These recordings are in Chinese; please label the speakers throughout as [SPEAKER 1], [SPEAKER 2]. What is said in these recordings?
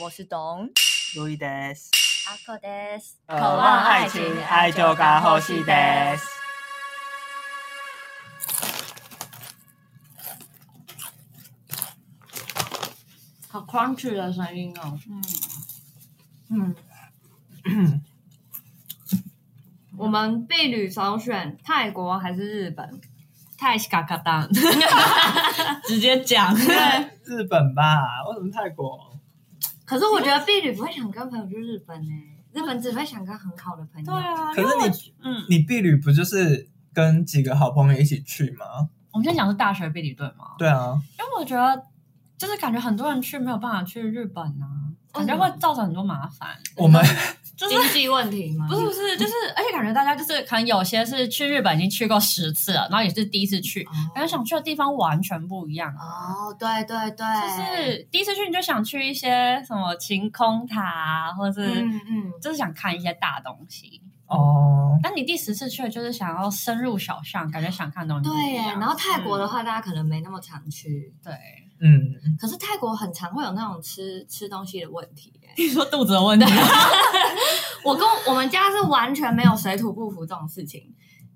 [SPEAKER 1] 我是董
[SPEAKER 2] 路易德斯，
[SPEAKER 1] 阿克德斯，
[SPEAKER 2] 渴望爱情，爱就该呼吸德。
[SPEAKER 3] 好 crunchy 的声音哦。
[SPEAKER 1] 嗯，
[SPEAKER 3] 嗯，我们婢女首选泰国还是日本？泰西嘎嘎当，直接讲。 对，
[SPEAKER 2] 日本吧？为什么泰国？
[SPEAKER 3] 可是我觉得婢女不会想跟朋友去日本呢、日本只会想跟很好的朋友。
[SPEAKER 1] 对啊，
[SPEAKER 2] 可
[SPEAKER 1] 因为我
[SPEAKER 2] 是
[SPEAKER 1] 嗯，
[SPEAKER 2] 你你婢女不就是跟几个好朋友一起去吗？
[SPEAKER 4] 我们先讲是大学毕旅队嘛，
[SPEAKER 2] 对啊，
[SPEAKER 4] 因为我觉得就是感觉很多人去没有办法去日本啊，
[SPEAKER 3] 为
[SPEAKER 4] 感
[SPEAKER 3] 什
[SPEAKER 4] 觉
[SPEAKER 3] 么
[SPEAKER 4] 会造成很多麻烦。
[SPEAKER 2] 我们
[SPEAKER 3] 经济问题吗？
[SPEAKER 4] 不是不是，就是而且感觉大家就是可能有些是去日本已经去过十次了，然后也是第一次去，感
[SPEAKER 3] 哦，
[SPEAKER 4] 觉想去的地方完全不一样。
[SPEAKER 3] 哦，对对对，
[SPEAKER 4] 就是第一次去你就想去一些什么晴空塔啊，或是、
[SPEAKER 3] 嗯嗯，
[SPEAKER 4] 就是想看一些大东西。
[SPEAKER 2] 哦，
[SPEAKER 4] 但你第十次去了就是想要深入小巷，感觉想看的东西不
[SPEAKER 3] 对
[SPEAKER 4] 一
[SPEAKER 3] 耶。
[SPEAKER 4] 样
[SPEAKER 3] 然后泰国的话，大家可能没那么常去，
[SPEAKER 4] 对，
[SPEAKER 2] 嗯，
[SPEAKER 3] 可是泰国很常会有那种吃吃东西的问题耶。
[SPEAKER 4] 你说肚子的问题，
[SPEAKER 3] 我跟我们家是完全没有水土不服这种事情，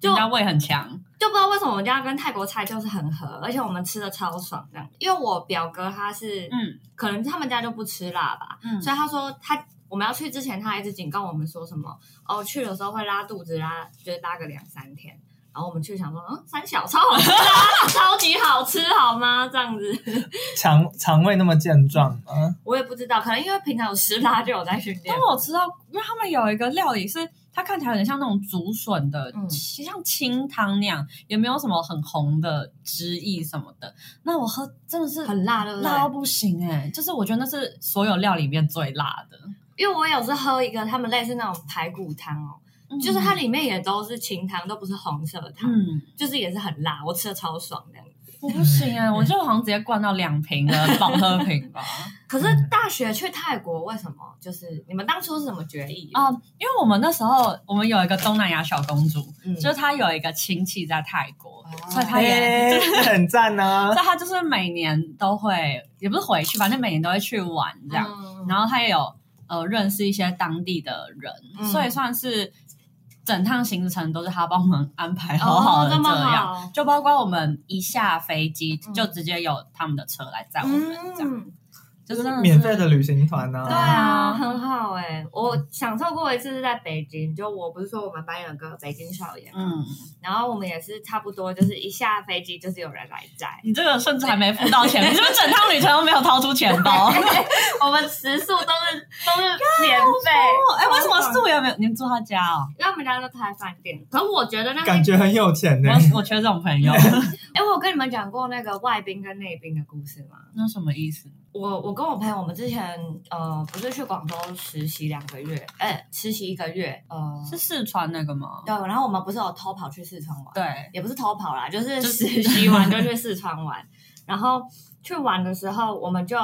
[SPEAKER 3] 就
[SPEAKER 4] 人家胃很强，
[SPEAKER 3] 就不知道为什么我们家跟泰国菜就是很合，而且我们吃的超爽这样。因为我表哥他是，
[SPEAKER 4] 嗯
[SPEAKER 3] 可能他们家就不吃辣吧，
[SPEAKER 4] 嗯
[SPEAKER 3] 所以他说他我们要去之前，他还一直警告我们说什么哦，去的时候会拉肚子拉，就是拉个两三天。然后我们去想说，嗯，三小超好吃啊，超级好吃，好吗？这样子，
[SPEAKER 2] 肠肠胃那么健壮吗？
[SPEAKER 3] 我也不知道，可能因为平常有吃辣就有在训练
[SPEAKER 4] 但。我吃到，因为他们有一个料理是它看起来有点像那种竹笋的，
[SPEAKER 3] 嗯
[SPEAKER 4] 其像清汤那样，也没有什么很红的汁液什么的。那我喝真的是
[SPEAKER 3] 很辣，对不对？
[SPEAKER 4] 辣到不行哎、就是我觉得那是所有料里面最辣的，
[SPEAKER 3] 因为我有次喝一个他们类似那种排骨汤哦，就是它里面也都是清汤，都不是红色的汤，
[SPEAKER 4] 嗯。
[SPEAKER 3] 就是也是很辣，我吃的超爽的。
[SPEAKER 4] 我不 行哎、我就好像直接灌到两瓶的保喝瓶吧。
[SPEAKER 3] 可是
[SPEAKER 2] 嗯
[SPEAKER 3] 大学去泰国为什么？就是你们当初是怎么决议？
[SPEAKER 4] 啊、因为我们那时候我们有一个东南亚小公主，
[SPEAKER 3] 嗯，
[SPEAKER 4] 就是她有一个亲戚在泰国，
[SPEAKER 3] 哦
[SPEAKER 4] 所以她也
[SPEAKER 2] 哎，很赞啊呐
[SPEAKER 4] 所！以他就是每年都会，也不是回去，反正每年都会去玩这样。
[SPEAKER 3] 嗯
[SPEAKER 4] 然后他也有呃认识一些当地的人，
[SPEAKER 3] 嗯
[SPEAKER 4] 所以算是整趟行程都是他帮我们安排好好
[SPEAKER 3] 哦
[SPEAKER 4] 的
[SPEAKER 3] 那么
[SPEAKER 4] 样。
[SPEAKER 3] 好，
[SPEAKER 4] 就包括我们一下飞机
[SPEAKER 3] 嗯
[SPEAKER 4] 就直接有他们的车来载我们，这样
[SPEAKER 3] 嗯，
[SPEAKER 4] 就
[SPEAKER 2] 就是
[SPEAKER 4] 真的是
[SPEAKER 2] 免费的旅行团
[SPEAKER 3] 对
[SPEAKER 2] 呐，
[SPEAKER 3] 啊，
[SPEAKER 4] 啊
[SPEAKER 3] 很好哎。我享受过一次是在北京，就我不是说我们班有个北京少爷，
[SPEAKER 4] 嗯，
[SPEAKER 3] 然后我们也是差不多，就是一下飞机就是有人来摘，
[SPEAKER 4] 你这个甚至还没付到 钱，你是不是整趟旅程都没有掏出钱包？
[SPEAKER 3] 我们食宿都是都是免 费。
[SPEAKER 4] 哎、为什么素颜没有？你们住他家哦？
[SPEAKER 3] 因为我们家都开饭店，可我觉得那
[SPEAKER 2] 感觉很有钱呢。
[SPEAKER 4] 我我缺这种朋 友，
[SPEAKER 3] 哎、我有跟你们讲过那个外宾跟内宾的故事吗？
[SPEAKER 4] 那什么意思？
[SPEAKER 3] 我我跟我朋友，我们之前呃不是去广州实习两个月，哎、实习一个月，呃，
[SPEAKER 4] 是四川那个吗？
[SPEAKER 3] 对，然后我们不是有偷跑去四川玩，，
[SPEAKER 4] 对，
[SPEAKER 3] 也不是偷跑啦，就是
[SPEAKER 4] 就是
[SPEAKER 3] 实习完就去四川玩，然后去玩的时候，我们就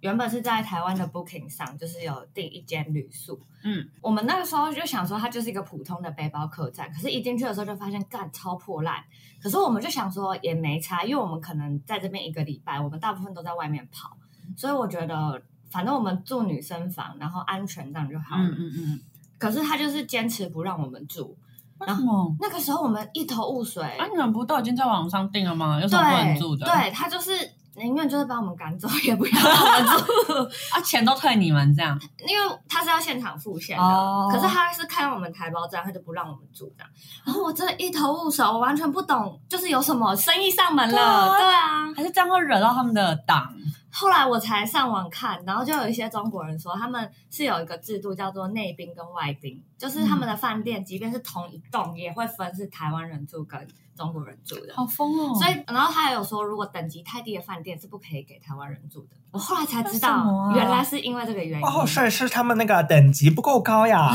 [SPEAKER 3] 原本是在台湾的 Booking 上，就是有订一间旅宿，
[SPEAKER 4] 嗯，
[SPEAKER 3] 我们那个时候就想说，它就是一个普通的背包客栈，可是一进去的时候就发现，干超破烂。可是我们就想说也没差，因为我们可能在这边一个礼拜，我们大部分都在外面跑，所以我觉得反正我们住女生房，然后安全这样就好了。
[SPEAKER 4] 嗯嗯嗯，
[SPEAKER 3] 可是他就是坚持不让我们住，
[SPEAKER 4] 为
[SPEAKER 3] 嗯
[SPEAKER 4] 什么？
[SPEAKER 3] 那个时候我们一头雾水，
[SPEAKER 4] 哦啊，你们不都已经在网上订了吗？有什么不能住
[SPEAKER 3] 对
[SPEAKER 4] 的？
[SPEAKER 3] 对，他就是宁愿就是把我们赶走，也不要让我们住。
[SPEAKER 4] 啊，钱都退你们这样，
[SPEAKER 3] 因为他是要现场付现的，
[SPEAKER 4] 哦
[SPEAKER 3] 可是他是看到我们台胞证，他就不让我们住这样。然后我真的一头雾水，我完全不懂，就是有什么生意上门了，
[SPEAKER 4] 对啊
[SPEAKER 3] 对啊。
[SPEAKER 4] 还是这样会惹到他们的党？
[SPEAKER 3] 后来我才上网看，然后就有一些中国人说，他们是有一个制度叫做内宾跟外宾，就是他们的饭店，即便是同一栋，也会分是台湾人住跟中国人住的。
[SPEAKER 4] 好疯哦！
[SPEAKER 3] 所以，然后他还有说，如果等级太低的饭店是不可以给台湾人住的。我后来才知道，
[SPEAKER 4] 为什么啊
[SPEAKER 3] 原来是因为这个原因。
[SPEAKER 2] 哦，所以是他们那个等级不够高呀，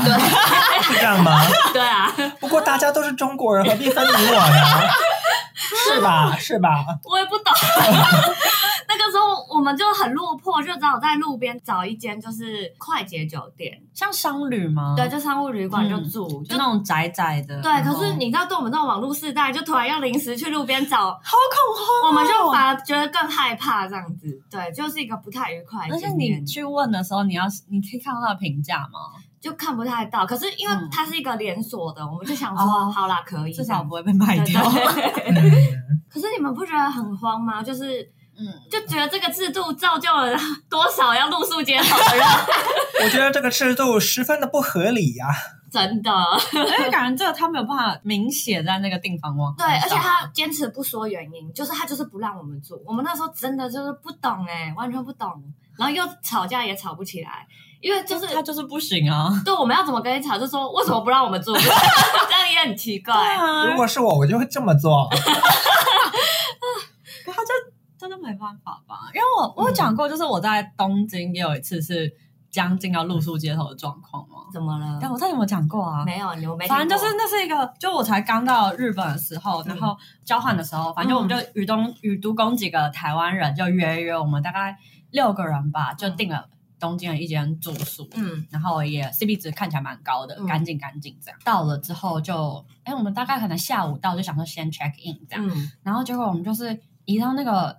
[SPEAKER 2] 是这样吗？
[SPEAKER 3] 对啊，
[SPEAKER 2] 不过大家都是中国人，何必分 你我呢？是吧？是吧？
[SPEAKER 3] 我也不懂。那个时候我们就很落魄，就只好在路边找一间就是快捷酒店，
[SPEAKER 4] 像商旅吗？
[SPEAKER 3] 对，就商务旅馆就
[SPEAKER 4] 嗯
[SPEAKER 3] 住，
[SPEAKER 4] 就
[SPEAKER 3] 就
[SPEAKER 4] 那种窄窄的。
[SPEAKER 3] 对。
[SPEAKER 4] 然
[SPEAKER 3] 可
[SPEAKER 4] 后
[SPEAKER 3] 是你知道，对我们这种网络世代，就突然要临时去路边找，
[SPEAKER 4] 好恐慌哦，
[SPEAKER 3] 我们就反而觉得更害怕这样子。对，就是一个不太愉快的
[SPEAKER 4] 而且
[SPEAKER 3] 经
[SPEAKER 4] 你
[SPEAKER 3] 验，
[SPEAKER 4] 去问的时候，你要你可以看到他的评价吗？
[SPEAKER 3] 就看不太到。可是因为
[SPEAKER 4] 嗯
[SPEAKER 3] 它是一个连锁的，我们就想
[SPEAKER 4] 哦
[SPEAKER 3] 说，好啦，可以
[SPEAKER 4] 至
[SPEAKER 3] 这样
[SPEAKER 4] 少
[SPEAKER 3] 子
[SPEAKER 4] 不会被卖掉。
[SPEAKER 3] 对对
[SPEAKER 2] 嗯
[SPEAKER 3] 可是你们不觉得很慌吗？就是
[SPEAKER 4] 嗯，
[SPEAKER 3] 就觉得这个制度造就了多少要露宿街头的人，
[SPEAKER 2] 我觉得这个制度十分的不合理啊呀、
[SPEAKER 3] 真的。
[SPEAKER 4] 因为感觉这个他没有办法明写在那个订房网。
[SPEAKER 3] 对，而且他坚持不说原因，就是他就是不让我们住。我们那时候真的就是不懂哎、完全不懂，然后又吵架也吵不起来，因为就是
[SPEAKER 4] 他就是不行啊。
[SPEAKER 3] 对我们要怎么跟你吵，就说为什么不让我们住， 这样也很奇怪。
[SPEAKER 4] 啊
[SPEAKER 2] 如果是我，我就会这么 做。
[SPEAKER 4] 可他就真的没办法吧？因为我我有讲过，就是我在东京也有一次是将近要露宿街头的状况嘛。
[SPEAKER 3] 怎么了
[SPEAKER 4] 但？我到底有没有讲过
[SPEAKER 3] 嗯
[SPEAKER 4] 啊？
[SPEAKER 3] 没有，你我没听过。
[SPEAKER 4] 反正就是那是一个，就我才刚到日本的时候，然
[SPEAKER 3] 嗯
[SPEAKER 4] 后交换的时候，反正我们就与东与都宫几个台湾人就约一约，我们大概六个人吧，就订了东京的一间住宿。
[SPEAKER 3] 嗯
[SPEAKER 4] 然后也 CP 值看起来蛮高的，
[SPEAKER 3] 嗯
[SPEAKER 4] 干净干净这样。到了之后就，哎，我们大概可能下午到，就想说先 check in 这样。
[SPEAKER 3] 嗯
[SPEAKER 4] 然后结果我们就是移到那个，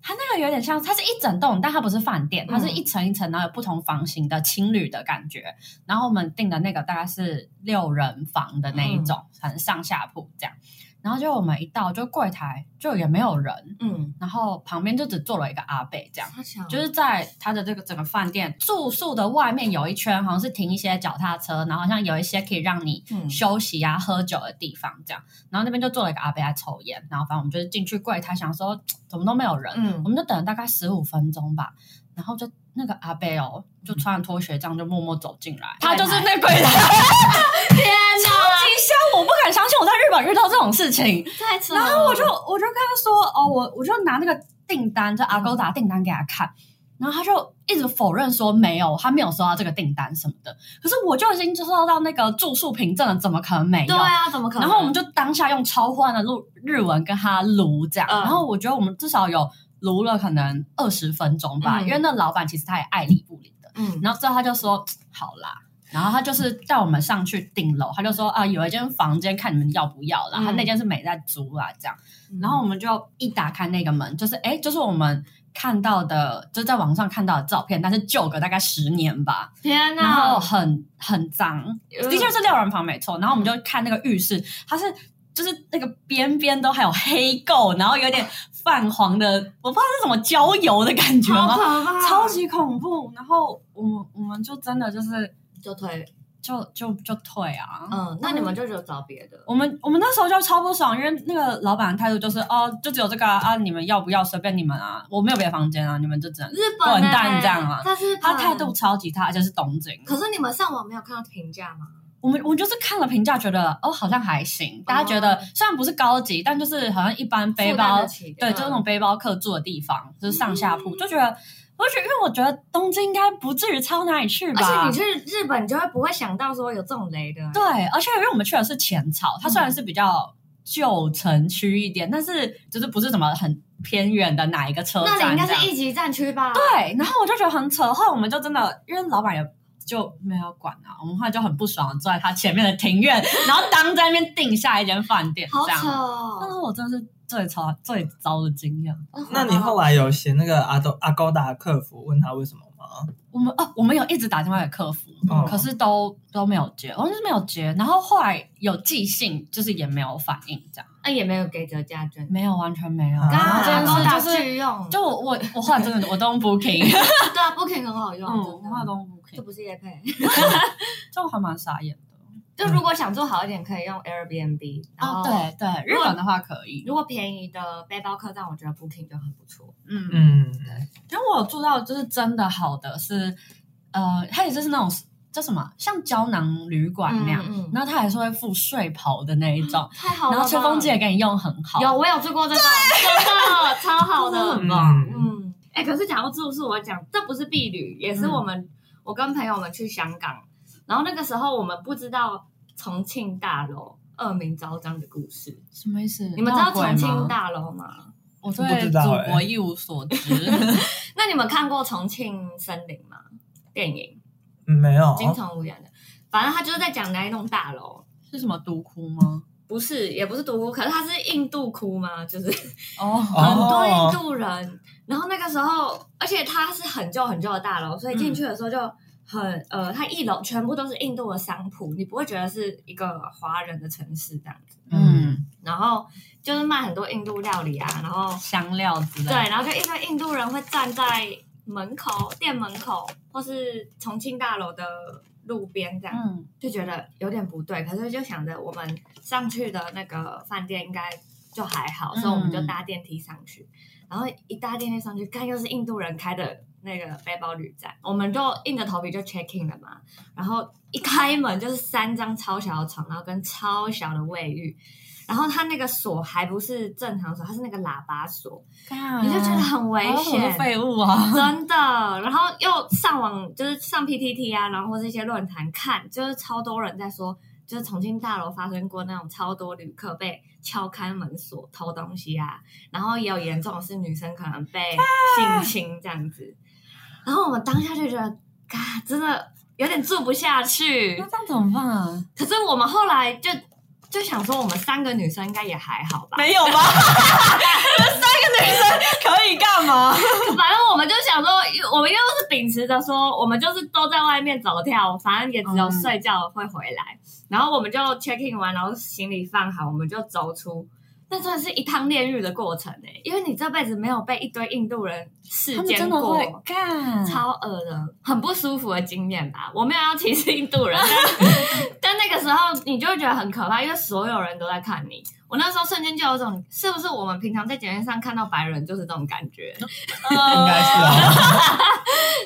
[SPEAKER 4] 它那个有点像，它是一整栋，但它不是饭店，它是一层一层，然后有不同房型的情侣的感觉。然后我们订的那个大概是六人房的那一种，很上下铺这样。然后就我们一到，就柜台就也没有人，
[SPEAKER 3] 嗯，
[SPEAKER 4] 然后旁边就只坐了一个阿贝这样。
[SPEAKER 3] 他想
[SPEAKER 4] 就是在它的这个整个饭店住宿的外面有一圈，好像是停一些脚踏车，然后好像有一些可以让你
[SPEAKER 3] 嗯
[SPEAKER 4] 休息啊、喝酒的地方这样。然后那边就坐了一个阿伯在抽烟，然后反正我们就是进去柜台，想说嘖怎么都没有人，
[SPEAKER 3] 嗯
[SPEAKER 4] 我们就等了大概十五分钟吧，然后就那个阿伯哦，就穿着拖鞋这样就默默走进来，他就是那柜台，
[SPEAKER 3] 嗯天
[SPEAKER 4] 超级香，我不敢相信我在日本遇到这种事情。
[SPEAKER 3] 哪，太扯了。
[SPEAKER 4] 然后我就我就跟他说，哦，我我就拿那个订单，就
[SPEAKER 3] 嗯
[SPEAKER 4] 阿勾达订单给他看，然后他就一直否认说没有，他没有收到这个订单什么的。可是我就已经就收到那个住宿凭证了，怎么可能没有？
[SPEAKER 3] 对啊，怎么可能？
[SPEAKER 4] 然后我们就当下用超欢的路日文跟他撸这样，
[SPEAKER 3] 嗯
[SPEAKER 4] 然后我觉得我们至少有撸了可能二十分钟吧，
[SPEAKER 3] 嗯
[SPEAKER 4] 因为那老板其实他也爱理不理的。
[SPEAKER 3] 嗯
[SPEAKER 4] 然后之后他就说好啦，然后他就是带我们上去顶楼，他就说啊有一间房间看你们要不要啦，
[SPEAKER 3] 嗯
[SPEAKER 4] 他那间是没在租啦这样，然后我们就一打开那个门，就是哎就是我们看到的，就在网上看到的照片，但是旧个大概十年吧，
[SPEAKER 3] 天哪，
[SPEAKER 4] 然后很很脏，
[SPEAKER 3] 呃
[SPEAKER 4] 的确是六人房没错，然后我们就看那个浴室，它是。就是那个边边都还有黑垢，然后有点泛黄的，我不知道是什么焦油的感觉
[SPEAKER 3] 好
[SPEAKER 4] 吗？
[SPEAKER 3] 可怕，
[SPEAKER 4] 啊超级恐怖。然后我们我们就真的就是
[SPEAKER 3] 就推
[SPEAKER 4] 就就就退啊。
[SPEAKER 3] 嗯，那你们就只有找别的。
[SPEAKER 4] 我们我们那时候就超不爽，因为那个老板的态度就是哦，就只有这个啊，啊你们要不要随便你们啊，我没有别的房间啊，你们就只能。
[SPEAKER 3] 日本、欸、
[SPEAKER 4] 滚蛋这样啊
[SPEAKER 3] 但是
[SPEAKER 4] 他态度，超级差，而且是东京。
[SPEAKER 3] 可是你们上网没有看到评价吗？
[SPEAKER 4] 我们我就是看了评价，觉得哦好像还行，大家觉得虽然不是高级，但就是好像一般背
[SPEAKER 3] 哦负担
[SPEAKER 4] 包
[SPEAKER 3] 得起啊的
[SPEAKER 4] 对，就是那种背包客住的地方，就是上下铺，
[SPEAKER 3] 嗯
[SPEAKER 4] 就觉得我就觉得，因为我觉得东京应该不至于差到哪里去吧。
[SPEAKER 3] 而且你去日本，你就会不会想到说有这种雷的。
[SPEAKER 4] 啊对，而且因为我们去的是浅草，它
[SPEAKER 3] 嗯
[SPEAKER 4] 虽然是比较旧城区一点，但是就是不是什么很偏远的哪一个车
[SPEAKER 3] 那
[SPEAKER 4] 站
[SPEAKER 3] 你应该
[SPEAKER 4] 这样
[SPEAKER 3] 是一级战区吧？，
[SPEAKER 4] 对，然后我就觉得很扯，后来我们就真的因为老板也。就没有管啊，我们后来就很不爽，坐在他前面的庭院，然后当在那边订下一间饭店，
[SPEAKER 3] 好
[SPEAKER 4] 这
[SPEAKER 3] 扯
[SPEAKER 4] 样。但
[SPEAKER 3] 哦。
[SPEAKER 4] 是我真的是最糟最糟的经验。
[SPEAKER 3] 嗯
[SPEAKER 2] 那你后来有写那个阿都阿高达客服问他为什么吗？
[SPEAKER 4] 我们哦，我们有一直打电话给客服，
[SPEAKER 2] 哦
[SPEAKER 4] 可是都都没有接，我们就是没有接。然后后来有寄信，就是也没有反应，这样。
[SPEAKER 3] 那啊也没有给折价券，
[SPEAKER 4] 没有，完全没有。
[SPEAKER 2] 啊
[SPEAKER 3] 刚
[SPEAKER 4] 然后
[SPEAKER 3] 刚
[SPEAKER 4] 这件
[SPEAKER 3] 打
[SPEAKER 4] 事
[SPEAKER 3] 勾
[SPEAKER 4] 就
[SPEAKER 3] 打
[SPEAKER 4] 是，
[SPEAKER 3] 去用，
[SPEAKER 4] 就我我我后来真的我都 用 Booking，
[SPEAKER 3] 对啊，Booking 很好用，真
[SPEAKER 4] 嗯，我
[SPEAKER 3] 的
[SPEAKER 4] 后来都用
[SPEAKER 3] 这
[SPEAKER 4] Booking，
[SPEAKER 3] 不是叶配。
[SPEAKER 4] 就还蛮傻眼的。
[SPEAKER 3] 就如果想做好一点，可以用 Airbnb。
[SPEAKER 4] 哦，，对对，日本的话可以，
[SPEAKER 3] 如果便宜的背包客栈，我觉得 Booking 就很不错。
[SPEAKER 4] 嗯嗯，
[SPEAKER 2] 嗯，
[SPEAKER 4] 因为我有住到就是真的好的是，呃，它也就是那种叫什么，像胶囊旅馆那样，
[SPEAKER 3] 嗯嗯
[SPEAKER 4] 然后它还是会附睡袍的那一种，
[SPEAKER 3] 太好了吧，
[SPEAKER 4] 然后吹风机也给你用很好，
[SPEAKER 3] 有，我有住过这种，真的超好
[SPEAKER 4] 真的
[SPEAKER 3] 的
[SPEAKER 4] 很。棒。
[SPEAKER 3] 嗯，哎、可是讲到住宿，我讲这不是避旅，也是我们、嗯我跟朋友们去香港，然后那个时候我们不知道重庆大楼恶名昭彰的故事。
[SPEAKER 4] 什么意思？
[SPEAKER 3] 你们知道
[SPEAKER 4] 闹鬼
[SPEAKER 3] 重
[SPEAKER 4] 吗
[SPEAKER 3] 庆大楼吗？
[SPEAKER 4] 我
[SPEAKER 2] 我不
[SPEAKER 4] 对
[SPEAKER 2] 知道
[SPEAKER 4] 祖
[SPEAKER 2] 欸
[SPEAKER 4] 国一无所知。
[SPEAKER 3] 那你们看过《重庆森林》吗？电影
[SPEAKER 2] 嗯没有，
[SPEAKER 3] 金城武演的，反正他就是在讲那一栋大楼，
[SPEAKER 4] 是什么毒窟吗？
[SPEAKER 3] 不是也不是独孤，可是他是印度窟嘛，就是
[SPEAKER 4] 哦，
[SPEAKER 3] 很多
[SPEAKER 2] 哦
[SPEAKER 3] 印度人。然后那个时候，而且它是很旧很旧的大楼，所以进去的时候就很、呃，它一楼全部都是印度的商铺，你不会觉得是一个华人的城市这样子。
[SPEAKER 4] 嗯，
[SPEAKER 3] 然后就是卖很多印度料理啊，然后
[SPEAKER 4] 香料之类
[SPEAKER 3] 对，
[SPEAKER 4] 的。
[SPEAKER 3] 然后就一堆印度人会站在门口、店门口或是重庆大楼的路边这样，
[SPEAKER 4] 嗯，
[SPEAKER 3] 就觉得有点不对。可是就想着我们上去的那个饭店应该就还好，
[SPEAKER 4] 嗯
[SPEAKER 3] 所以我们就搭电梯上去。然后一搭电梯上去，看又是印度人开的那个背包旅站，我们就硬着头皮就 check in 了嘛。然后一开门就是三张超小的床，然后跟超小的卫浴。然后它那个锁还不是正常锁，它是那个喇叭锁，
[SPEAKER 4] 干
[SPEAKER 3] 你就觉得很危
[SPEAKER 4] 好多
[SPEAKER 3] 险，
[SPEAKER 4] 哦废物 啊！
[SPEAKER 3] 真的。然后又上网，就是上 PTT 啊，然后或是一些论坛看，就是超多人在说，就是重庆大楼发生过那种超多旅客被敲开门锁偷东西啊，然后也有严重的是女生可能被性侵这样子。然后我们当下就觉得，嘎，真的有点住不下去
[SPEAKER 4] 那。这样怎么办啊？
[SPEAKER 3] 可是我们后来就就想说，我们三个女生应该也还好吧？
[SPEAKER 4] 没有吧？你们三个女生可以干嘛？
[SPEAKER 3] 反正我们就想说，我们又是秉持着说，我们就是都在外面走跳，反正也只有睡觉会回来。然后我们就 check in 完，然后行李放好，我们就走出。那真的是一趟炼狱的过程哎、因为你这辈子没有被一堆印度人
[SPEAKER 4] 他
[SPEAKER 3] 世
[SPEAKER 4] 们
[SPEAKER 3] 间
[SPEAKER 4] 真的会嗯
[SPEAKER 3] 过。
[SPEAKER 4] 干，
[SPEAKER 3] 超恶的，很不舒服的经验吧。我没有要歧视印度 人，但但那个时候你就会觉得很可怕，因为所有人都在看你。我那时候瞬间就有种，是不是我们平常在节目上看到白人就是这种感觉？
[SPEAKER 2] 应该是 啊，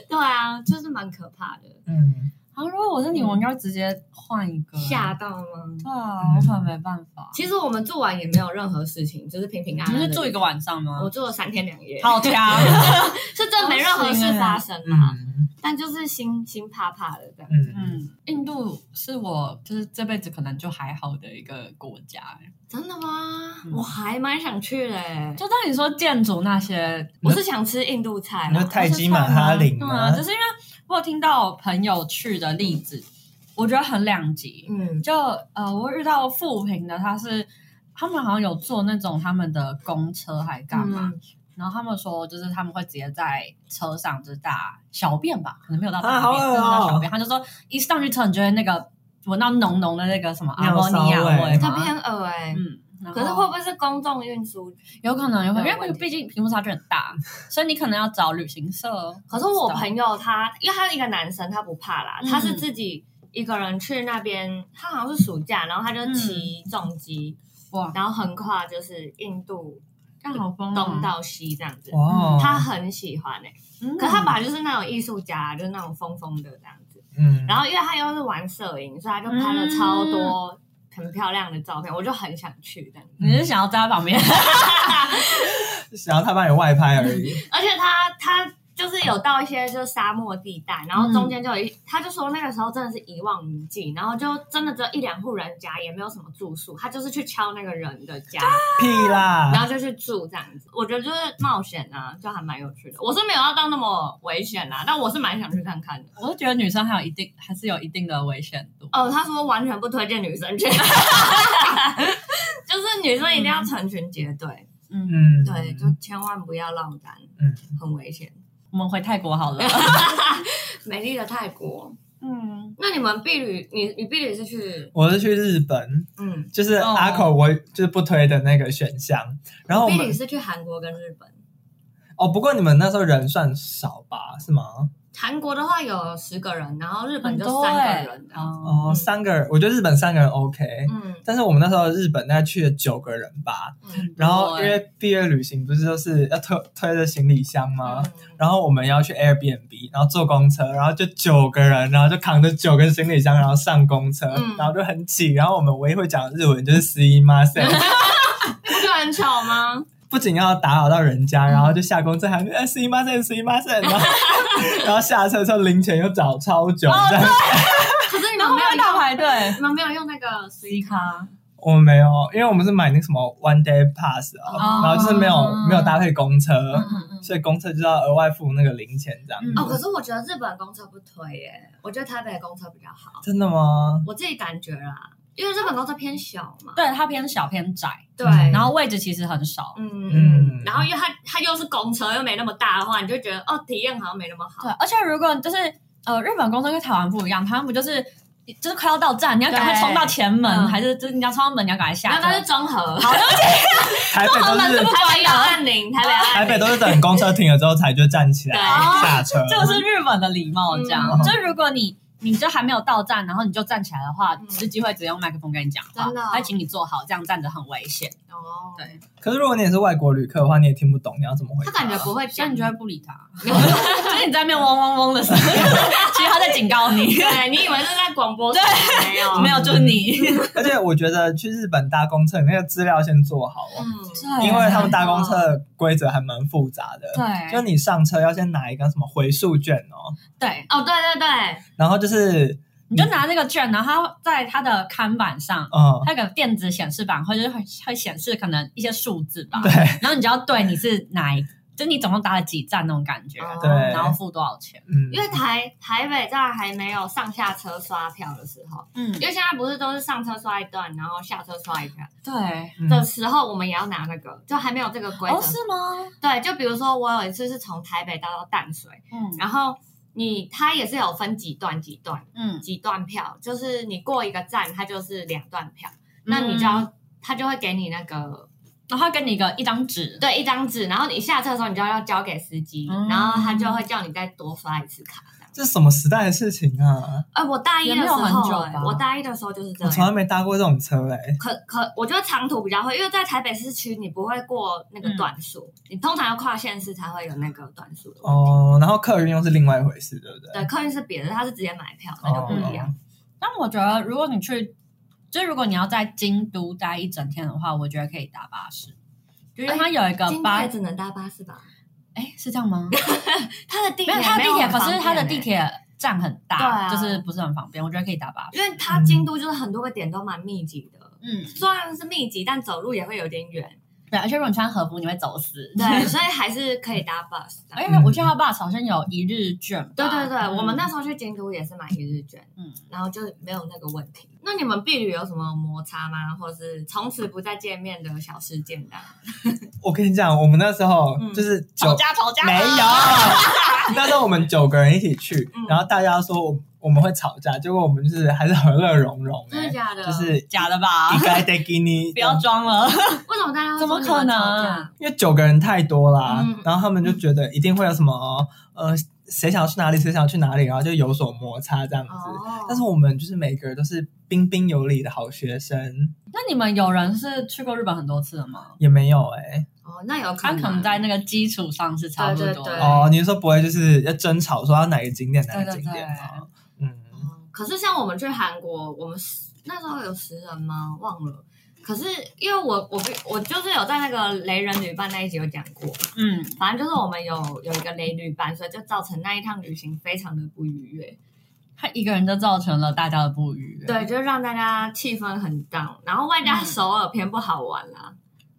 [SPEAKER 3] 对啊，就是蛮可怕的，
[SPEAKER 2] 嗯，
[SPEAKER 4] 好，如果我是你，我应该会直接换一个。
[SPEAKER 3] 吓到吗？
[SPEAKER 4] 对啊，我可能没办法。
[SPEAKER 3] 其实我们住完也没有任何事情，就是平平安
[SPEAKER 4] 你
[SPEAKER 3] 安。
[SPEAKER 4] 们是住一个，晚上吗
[SPEAKER 3] 我？住了三天两夜，
[SPEAKER 4] 好强！
[SPEAKER 3] 是真的没任何事发生啦，
[SPEAKER 2] 嗯
[SPEAKER 3] 但就是心心怕怕的这样。
[SPEAKER 2] 嗯，
[SPEAKER 4] 嗯，印度是我就是这辈子可能就还好的一个国家。
[SPEAKER 3] 真的吗？
[SPEAKER 4] 嗯
[SPEAKER 3] 我还蛮想去的欸，
[SPEAKER 4] 就当你说建筑那些，
[SPEAKER 3] 我是想吃印度菜啊
[SPEAKER 2] 你说
[SPEAKER 3] 啦。
[SPEAKER 2] 泰姬玛哈林
[SPEAKER 4] 对
[SPEAKER 2] 吗
[SPEAKER 4] 啊，就？是因为我有听到我朋友去的例子，我觉得很两极。
[SPEAKER 3] 嗯
[SPEAKER 4] 就呃，我遇到富平的，他是他们好像有坐那种他们的公车还干嘛，
[SPEAKER 3] 嗯
[SPEAKER 4] 然后他们说就是他们会直接在车上就是大小便吧，可能没有到大
[SPEAKER 2] 啊好
[SPEAKER 4] 便，就是
[SPEAKER 2] 恶哦
[SPEAKER 4] 到小便。他就说一上去车，你就会那个闻到浓浓的那个什么阿
[SPEAKER 2] 尿
[SPEAKER 4] 莫尼亚
[SPEAKER 2] 骚味
[SPEAKER 4] 味
[SPEAKER 3] 它
[SPEAKER 4] 嘛，
[SPEAKER 3] 偏恶哎，
[SPEAKER 4] 嗯。然后
[SPEAKER 3] 可是会不会是公众运输？
[SPEAKER 4] 有可能有可能，
[SPEAKER 3] 对
[SPEAKER 4] 因为
[SPEAKER 3] 问题
[SPEAKER 4] 毕竟屏幕差距很大，所以你可能要找旅行社。
[SPEAKER 3] 可是我
[SPEAKER 4] 不知道
[SPEAKER 3] 朋友他，因为他是一个男生，他不怕啦，
[SPEAKER 4] 嗯
[SPEAKER 3] 他是自己一个人去那边，他好像是暑假，然后他就骑重机，
[SPEAKER 2] 哦
[SPEAKER 4] 哇，
[SPEAKER 3] 然后横跨就是印度
[SPEAKER 4] 干好疯哦
[SPEAKER 3] 东到西这样子，
[SPEAKER 2] 哇哦，
[SPEAKER 3] 嗯他很喜欢哎、
[SPEAKER 4] 嗯
[SPEAKER 3] 可是他本来就是那种艺术家，就是那种疯疯的这样子。
[SPEAKER 2] 嗯，
[SPEAKER 3] 然后因为他又是玩摄影，所以他就拍了超
[SPEAKER 2] 嗯
[SPEAKER 3] 多很漂亮的照片，我就很想去这样子。
[SPEAKER 4] 嗯你是想要在他旁边？
[SPEAKER 2] 想要他帮你外拍而 已，
[SPEAKER 3] 而且他他就是有到一些就是沙漠地带，然后中间就有一，
[SPEAKER 2] 嗯
[SPEAKER 3] 他就说那个时候真的是一望无际，然后就真的只有一两户人家，也没有什么住宿，他就是去敲那个人的家，
[SPEAKER 2] 屁
[SPEAKER 4] 啊
[SPEAKER 2] 啦，
[SPEAKER 3] 然后就去住这样子。我觉得就是冒险啊，就还蛮有趣的。我是没有要到那么危险啦、但我是蛮想去看看的。
[SPEAKER 4] 我是觉得女生还有一定还是有一定的危险度。
[SPEAKER 3] 哦，他说完全不推荐女生去， 就是女生一定要成群结队，
[SPEAKER 4] 嗯，
[SPEAKER 2] 嗯，
[SPEAKER 3] 对，就千万不要落单，
[SPEAKER 2] 嗯，
[SPEAKER 3] 很危险。
[SPEAKER 4] 我们回泰国好 了。
[SPEAKER 3] 美丽的泰国，
[SPEAKER 4] 嗯，
[SPEAKER 3] 那你们避旅，你你避旅是去，
[SPEAKER 2] 我是去日本，
[SPEAKER 3] 嗯，
[SPEAKER 2] 就是
[SPEAKER 4] 哦
[SPEAKER 2] 阿口我就是不推的那个选项，然后我
[SPEAKER 3] 避
[SPEAKER 2] 们
[SPEAKER 3] 旅是去韩国跟日本。
[SPEAKER 2] 哦，不过你们那时候人算少吧，是吗？
[SPEAKER 3] 韩国的话有十个人，然后日本
[SPEAKER 4] 很
[SPEAKER 3] 就
[SPEAKER 4] 多
[SPEAKER 3] 三
[SPEAKER 4] 哎、
[SPEAKER 3] 个人的，
[SPEAKER 4] 哦，
[SPEAKER 2] 哦，三个人，我觉得日本三个人 OK，
[SPEAKER 3] 嗯
[SPEAKER 2] 但是我们那时候日本大概去了九个人吧，
[SPEAKER 3] 嗯
[SPEAKER 2] 然后因
[SPEAKER 4] 对
[SPEAKER 2] 为毕业旅行不是就是要推推着行李箱吗？
[SPEAKER 3] 嗯
[SPEAKER 2] 然后我们要去 Airbnb，然后坐公车，然后就九个人，然后就扛着九根行李箱，然后上公车，
[SPEAKER 3] 嗯
[SPEAKER 2] 然后就很挤。然后我们唯一会讲的日文就是 “see m
[SPEAKER 3] 不是很巧吗？嗯
[SPEAKER 2] 不仅要打扰到人家，然后就下公车还呃 “see m a s s e e m 然后然后下车之后零钱又找
[SPEAKER 3] 哦
[SPEAKER 2] 超久，这样
[SPEAKER 3] 可是你
[SPEAKER 4] 然
[SPEAKER 3] 们
[SPEAKER 4] 后
[SPEAKER 3] 没有
[SPEAKER 4] 要大
[SPEAKER 3] 用，
[SPEAKER 4] 排队。
[SPEAKER 3] 你们没有用那个 C 卡，
[SPEAKER 4] 卡，
[SPEAKER 2] 我们没有，因为我们是买那个什么 one day pass 啊，
[SPEAKER 4] 哦
[SPEAKER 2] 然后就是没有没有搭配公车，
[SPEAKER 3] 嗯嗯。
[SPEAKER 2] 所以公车就要额外付那个零钱这样。
[SPEAKER 4] 嗯
[SPEAKER 3] 哦，可是我觉得日本公车不推耶，我觉得台北的公车比较好，
[SPEAKER 2] 真的吗？
[SPEAKER 3] 我自己感觉啦，因为日本公车偏小嘛。
[SPEAKER 4] 对，它偏小偏窄，
[SPEAKER 3] 对，
[SPEAKER 2] 嗯
[SPEAKER 4] 然后位置其实很少。
[SPEAKER 3] 嗯
[SPEAKER 2] 嗯
[SPEAKER 3] 嗯，然后因为它它又是公车又没那么大的话，你就觉得哦，体验好像没那么好。
[SPEAKER 4] 对，而且如果就是呃，日本公车跟台湾不一样，台湾不就是就是快要到站，你要赶快
[SPEAKER 3] 对
[SPEAKER 4] 冲到前门，
[SPEAKER 3] 嗯
[SPEAKER 4] 还是就是你要冲到门，你要赶快下
[SPEAKER 3] 然后它
[SPEAKER 4] 车
[SPEAKER 3] 是。综合，
[SPEAKER 2] 台
[SPEAKER 3] 哦
[SPEAKER 2] 北都 是
[SPEAKER 3] 台北要按铃，台北要按
[SPEAKER 2] 台
[SPEAKER 3] 铃
[SPEAKER 2] 北都是等公车停了之后才就站起来
[SPEAKER 3] 哎对哦
[SPEAKER 2] 下 车，
[SPEAKER 4] 这个是日本的礼貌，这样。
[SPEAKER 2] 嗯
[SPEAKER 4] 就如果你你就还没有到站，然后你就站起来的话，
[SPEAKER 3] 嗯
[SPEAKER 4] 司机会直接用麦克风跟你讲话
[SPEAKER 3] 真的哦，
[SPEAKER 4] 他请你坐好，这样站着很危险。
[SPEAKER 3] 哦，
[SPEAKER 4] 对，
[SPEAKER 2] 可是如果你也是外国旅客的话，你也听不懂你要怎么回
[SPEAKER 3] 他
[SPEAKER 2] 答。
[SPEAKER 3] 感觉不会
[SPEAKER 4] 所以
[SPEAKER 3] 讲，
[SPEAKER 4] 你 就会不理他，就是你在那边嗡嗡嗡的时候， 其实他在警告 你，
[SPEAKER 3] 对哎你以为是在广播，对，没有
[SPEAKER 4] 没有，就是你。
[SPEAKER 2] 而且我觉得去日本搭公车，你那个资料先做好哦，
[SPEAKER 3] 嗯，
[SPEAKER 2] 因为他们搭公车的规则还蛮复杂的。
[SPEAKER 4] 对
[SPEAKER 2] 就你上车要先拿一个什么回溯卷哦，
[SPEAKER 4] 对，
[SPEAKER 3] 哦，对对对，
[SPEAKER 2] 然后就是
[SPEAKER 4] 你就拿这个券，然后他在他的看板上，
[SPEAKER 2] 嗯，
[SPEAKER 4] 它有个电子显示板，或者是会会显示可能一些数字吧。
[SPEAKER 2] 对，
[SPEAKER 4] 然后你就要对你是哪一，就你总共搭了几站那种感觉，
[SPEAKER 3] 哦
[SPEAKER 2] 对
[SPEAKER 4] 然后付多少钱。
[SPEAKER 2] 嗯，
[SPEAKER 3] 因为台台北在还没有上下车刷票的时候，
[SPEAKER 4] 嗯
[SPEAKER 3] 因为现在不是都是上车刷一段，然后下车刷一段
[SPEAKER 4] 对。
[SPEAKER 2] 嗯
[SPEAKER 3] 的时候，我们也要拿那个，就还没有这个规则。
[SPEAKER 4] 哦，是吗？
[SPEAKER 3] 对，就比如说我有一次是从台北搭到淡水，
[SPEAKER 4] 嗯
[SPEAKER 3] 然后你它也是有分几段几段
[SPEAKER 4] 嗯，
[SPEAKER 3] 几段票，就是你过一个站，它就是两段
[SPEAKER 4] 嗯
[SPEAKER 3] 票，那你就要它就会给你那个
[SPEAKER 4] 然后他给你一个一张纸，
[SPEAKER 3] 对一张纸，然后你下车的时候你就要交给司机，
[SPEAKER 4] 嗯
[SPEAKER 3] 然后他就会叫你再多刷一次卡。这样
[SPEAKER 2] 这是什么时代的事情啊？
[SPEAKER 3] 哎、我大一的
[SPEAKER 4] 也
[SPEAKER 3] 时
[SPEAKER 4] 没有
[SPEAKER 3] 候、
[SPEAKER 4] 很久
[SPEAKER 3] 哎
[SPEAKER 4] 吧
[SPEAKER 3] 我大一的时候就是这
[SPEAKER 2] 我从来
[SPEAKER 3] 样。
[SPEAKER 2] 没搭过这种车哎、
[SPEAKER 3] 可可，我觉得长途比较会，因为在台北市区你不会过那个段数，你通常要跨县市才会有那个段数的问题。
[SPEAKER 2] 哦，然后客运又是另外一回事，对不对？
[SPEAKER 3] 对，客运是别的，他是直接买票，那就不一样。
[SPEAKER 4] 但我觉得如果你去，就如果你要在京都待一整天的话，我觉得可以搭巴士，就是
[SPEAKER 3] 哎
[SPEAKER 4] 它有一个
[SPEAKER 3] 今
[SPEAKER 4] 巴
[SPEAKER 3] 天也，只能搭巴士吧？
[SPEAKER 4] 哎，是这样吗？
[SPEAKER 3] 他的地
[SPEAKER 4] 没
[SPEAKER 3] 铁
[SPEAKER 4] 有，它的地铁，
[SPEAKER 3] 很
[SPEAKER 4] 可
[SPEAKER 3] 方
[SPEAKER 4] 是
[SPEAKER 3] 便
[SPEAKER 4] 它的
[SPEAKER 3] 欸
[SPEAKER 4] 地，铁站很
[SPEAKER 3] 对
[SPEAKER 4] 大，
[SPEAKER 3] 啊
[SPEAKER 4] 就是不是很方便，我觉得可以搭巴士。
[SPEAKER 3] 因为它京都就是很多个点都蛮密集的，
[SPEAKER 4] 嗯，
[SPEAKER 3] 虽然是密集，但走路也会有点远。
[SPEAKER 4] 对，而且如果你穿和服，你会走私。
[SPEAKER 3] 对，所以还是可以搭 bus 的。
[SPEAKER 4] 而且我记得他爸好像有一日券吧。
[SPEAKER 3] 对对对，
[SPEAKER 4] 嗯
[SPEAKER 3] 我们那时候去京都也是买一日券，
[SPEAKER 4] 嗯
[SPEAKER 3] 嗯，然后就没有那个问题。那你们避旅有什么摩擦吗？或是从此不再见面的小事件的？
[SPEAKER 2] 我跟你讲，我们那时候
[SPEAKER 3] 嗯
[SPEAKER 2] 就是九、
[SPEAKER 4] 吵架吵架
[SPEAKER 2] 没有， 那时候我们九个人一起去，
[SPEAKER 3] 嗯
[SPEAKER 2] 然后大家说我我们会吵架，结果我们就是还是和乐融融、
[SPEAKER 3] 真的
[SPEAKER 2] 欸，
[SPEAKER 3] 假的？
[SPEAKER 2] 就是
[SPEAKER 4] 假的吧
[SPEAKER 2] 一？该得给你，
[SPEAKER 4] 不要装了。
[SPEAKER 3] 为什么大家会
[SPEAKER 4] 怎么
[SPEAKER 3] 说
[SPEAKER 4] 可
[SPEAKER 3] 你们
[SPEAKER 4] 能
[SPEAKER 3] 吵架？
[SPEAKER 2] 因为九个人太多啦，
[SPEAKER 3] 嗯
[SPEAKER 2] 然后他们就觉得一定会有什么呃，谁想要去哪里，谁想要去哪里，然后就有所摩擦这样子。
[SPEAKER 3] 哦，
[SPEAKER 2] 但是我们就是每个人都是彬彬有礼的好学生，
[SPEAKER 4] 那你们有人是去过日本很多次的吗？
[SPEAKER 2] 也没有哎、
[SPEAKER 3] 哦，那有
[SPEAKER 4] 他可能在那个基础上是差不多的。
[SPEAKER 3] 对对对
[SPEAKER 2] 哦，你是说不会就是要争吵说要哪个景点哪
[SPEAKER 4] 对
[SPEAKER 2] 个
[SPEAKER 4] 对
[SPEAKER 2] 景
[SPEAKER 4] 对
[SPEAKER 2] 点吗？嗯，
[SPEAKER 3] 哦可是像我们去韩国，我们十那时候有十人吗？忘了。可是因为我我我就是有在那个雷人旅伴那一集有讲过，
[SPEAKER 4] 嗯，
[SPEAKER 3] 反正就是我们有有一个雷旅伴，所以就造成那一趟旅行非常的不愉悦，
[SPEAKER 4] 他一个人就造成了大家的不愉悦。
[SPEAKER 3] 对，就让大家气氛很 down，然后外加
[SPEAKER 4] 嗯
[SPEAKER 3] 首尔偏不好玩啦，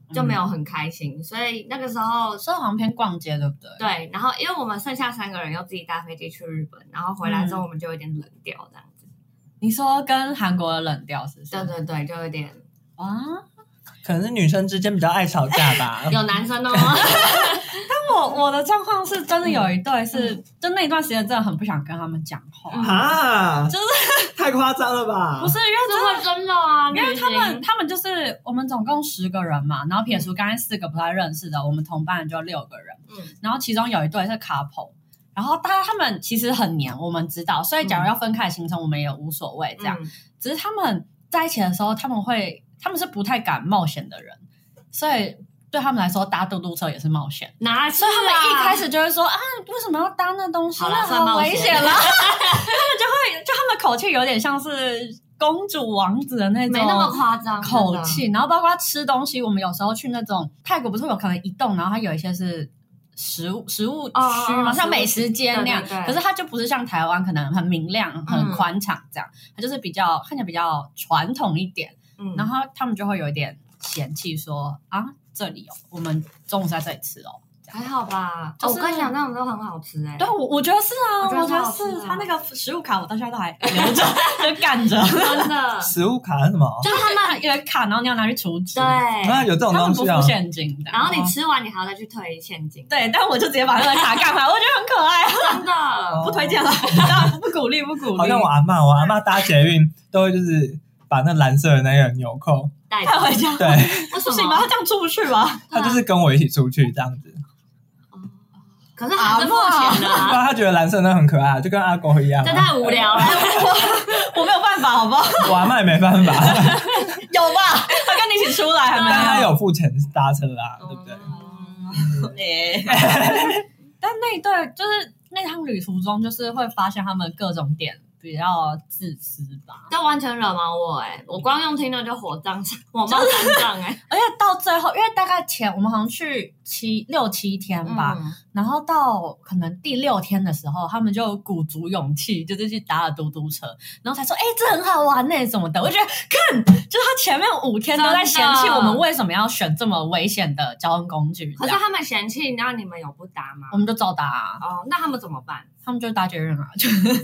[SPEAKER 4] 嗯，
[SPEAKER 3] 就没有很开心，所以那个时候
[SPEAKER 4] 所以好像偏逛街，对不对？
[SPEAKER 3] 对，然后因为我们剩下三个人又自己搭飞机去日本，然后回来之后
[SPEAKER 4] 嗯
[SPEAKER 3] 我们就有点冷掉这样子，
[SPEAKER 4] 你说跟韩国的冷调是不是？
[SPEAKER 3] 对对对，就有点
[SPEAKER 4] 啊，
[SPEAKER 2] 可能是女生之间比较爱吵架 吧。
[SPEAKER 3] 有男生哦，
[SPEAKER 4] 但我我的状况是真的有一对是，就那一段时间真的很不想跟他们讲话，
[SPEAKER 3] 嗯
[SPEAKER 2] 啊，
[SPEAKER 4] 就是
[SPEAKER 2] 太夸张了吧？
[SPEAKER 4] 哦不是因为真的
[SPEAKER 3] 这么真的啊，
[SPEAKER 4] 因为
[SPEAKER 3] 旅
[SPEAKER 4] 他们
[SPEAKER 3] 行
[SPEAKER 4] 他们就是我们总共十个人嘛，然后撇除刚才四个不太认识的，我们同班就六个人，
[SPEAKER 3] 嗯
[SPEAKER 4] 然后其中有一对是 couple。然后他他们其实很黏，我们知道，所以假如要分开的行程，我们也无所谓这样。
[SPEAKER 3] 嗯
[SPEAKER 4] 只是他们在一起的时候，他们会他们是不太敢冒险的人，所以对他们来说搭嘟嘟车也是冒险。
[SPEAKER 3] 哪是
[SPEAKER 4] 所以他们一开
[SPEAKER 3] 始
[SPEAKER 4] 始就会说啊，为什么要搭那东西？
[SPEAKER 3] 好啦
[SPEAKER 4] 那
[SPEAKER 3] 算
[SPEAKER 4] 好
[SPEAKER 3] 冒
[SPEAKER 4] 危
[SPEAKER 3] 险
[SPEAKER 4] 险 了。他们就会就他们的口气有点像是公主王子的那种，
[SPEAKER 3] 没那么夸张，
[SPEAKER 4] 口
[SPEAKER 3] 真的
[SPEAKER 4] 气，然后包括吃东西，我们有时候去那种泰国，不是有可能一栋，然后它有一些是食物食物区
[SPEAKER 3] 哦
[SPEAKER 4] 嘛，
[SPEAKER 3] 哦
[SPEAKER 4] 像美食街那样，
[SPEAKER 3] 对对对
[SPEAKER 4] 可是它就不是像台湾可能很明亮、很宽敞这样，它就是比较看起来比较传统一点。
[SPEAKER 3] 嗯
[SPEAKER 4] 然后他们就会有一点嫌弃说啊，这里哦，我们中午是在这里吃哦。
[SPEAKER 3] 还好吧？
[SPEAKER 4] 就
[SPEAKER 3] 哦
[SPEAKER 4] 是
[SPEAKER 3] 我跟你讲，那种都很好吃哎、
[SPEAKER 4] 对，我我觉得是啊，
[SPEAKER 3] 我觉得
[SPEAKER 4] 我觉
[SPEAKER 3] 超
[SPEAKER 4] 得
[SPEAKER 3] 好吃的
[SPEAKER 4] 是他那个食物卡，我到现在都还留着， 就干着。
[SPEAKER 3] 真 的
[SPEAKER 2] 食物卡是什么？
[SPEAKER 4] 就是他们 有卡，然后你要拿去储值，
[SPEAKER 3] 对。
[SPEAKER 2] 啊，有这种
[SPEAKER 4] 他
[SPEAKER 2] 东
[SPEAKER 4] 们不
[SPEAKER 2] 西啊
[SPEAKER 4] 付？现金的。哦
[SPEAKER 3] 然后你吃完，你还要再去退现金，
[SPEAKER 4] 对，但我就直接把那个 卡干回来，我觉得很可爱，啊
[SPEAKER 3] 真的。
[SPEAKER 2] 哦
[SPEAKER 4] 不推荐了， 当然不鼓励，不鼓励。
[SPEAKER 2] 好像我啊阿嬷，我阿嬷搭捷运都会就是把那蓝色的那个纽扣，
[SPEAKER 3] 带
[SPEAKER 4] 带回家，
[SPEAKER 2] 对，
[SPEAKER 3] 为
[SPEAKER 4] 不
[SPEAKER 3] 什
[SPEAKER 4] 行
[SPEAKER 3] 么
[SPEAKER 4] 吧？？他这样出不去吧？
[SPEAKER 2] 她就是跟我一起出去这样子，
[SPEAKER 3] 可是还是付钱的、
[SPEAKER 2] 不
[SPEAKER 3] 啊，
[SPEAKER 2] 然她觉得蓝色那很可爱，就跟阿狗一样啊。
[SPEAKER 3] 这太无聊了。
[SPEAKER 4] 我没有办法，好 不好？
[SPEAKER 2] 我阿嬷也没办法，
[SPEAKER 4] 有吧？他跟你一起出 来，还啊没
[SPEAKER 2] 但她有付钱搭车啊，
[SPEAKER 3] 哦
[SPEAKER 2] 对不对？
[SPEAKER 3] 嗯
[SPEAKER 4] 欸 但那一对就是那趟旅途中，就是会发现他们各种点比较自私吧。
[SPEAKER 3] 这完全惹毛我哎、我光用听了就火葬场，我冒三丈哎、
[SPEAKER 4] 而且到最后，因为大概前我们好像去七六七天吧，
[SPEAKER 3] 嗯
[SPEAKER 4] 然后到可能第六天的时候，他们就鼓足勇气，就是去打了嘟嘟车，然后才说：“哎、这很好玩呢、什么的。”我觉得看，就是他前面五天都在嫌弃
[SPEAKER 3] 真的
[SPEAKER 4] 我们为什么要选这么危险的交通工具，
[SPEAKER 3] 可
[SPEAKER 4] 这
[SPEAKER 3] 是
[SPEAKER 4] 样
[SPEAKER 3] 他们嫌弃，那你们有不搭吗
[SPEAKER 4] 我？们就照打、啊，
[SPEAKER 3] 哦，那他们怎么办？
[SPEAKER 4] 他们就搭捷运啊，就
[SPEAKER 3] 真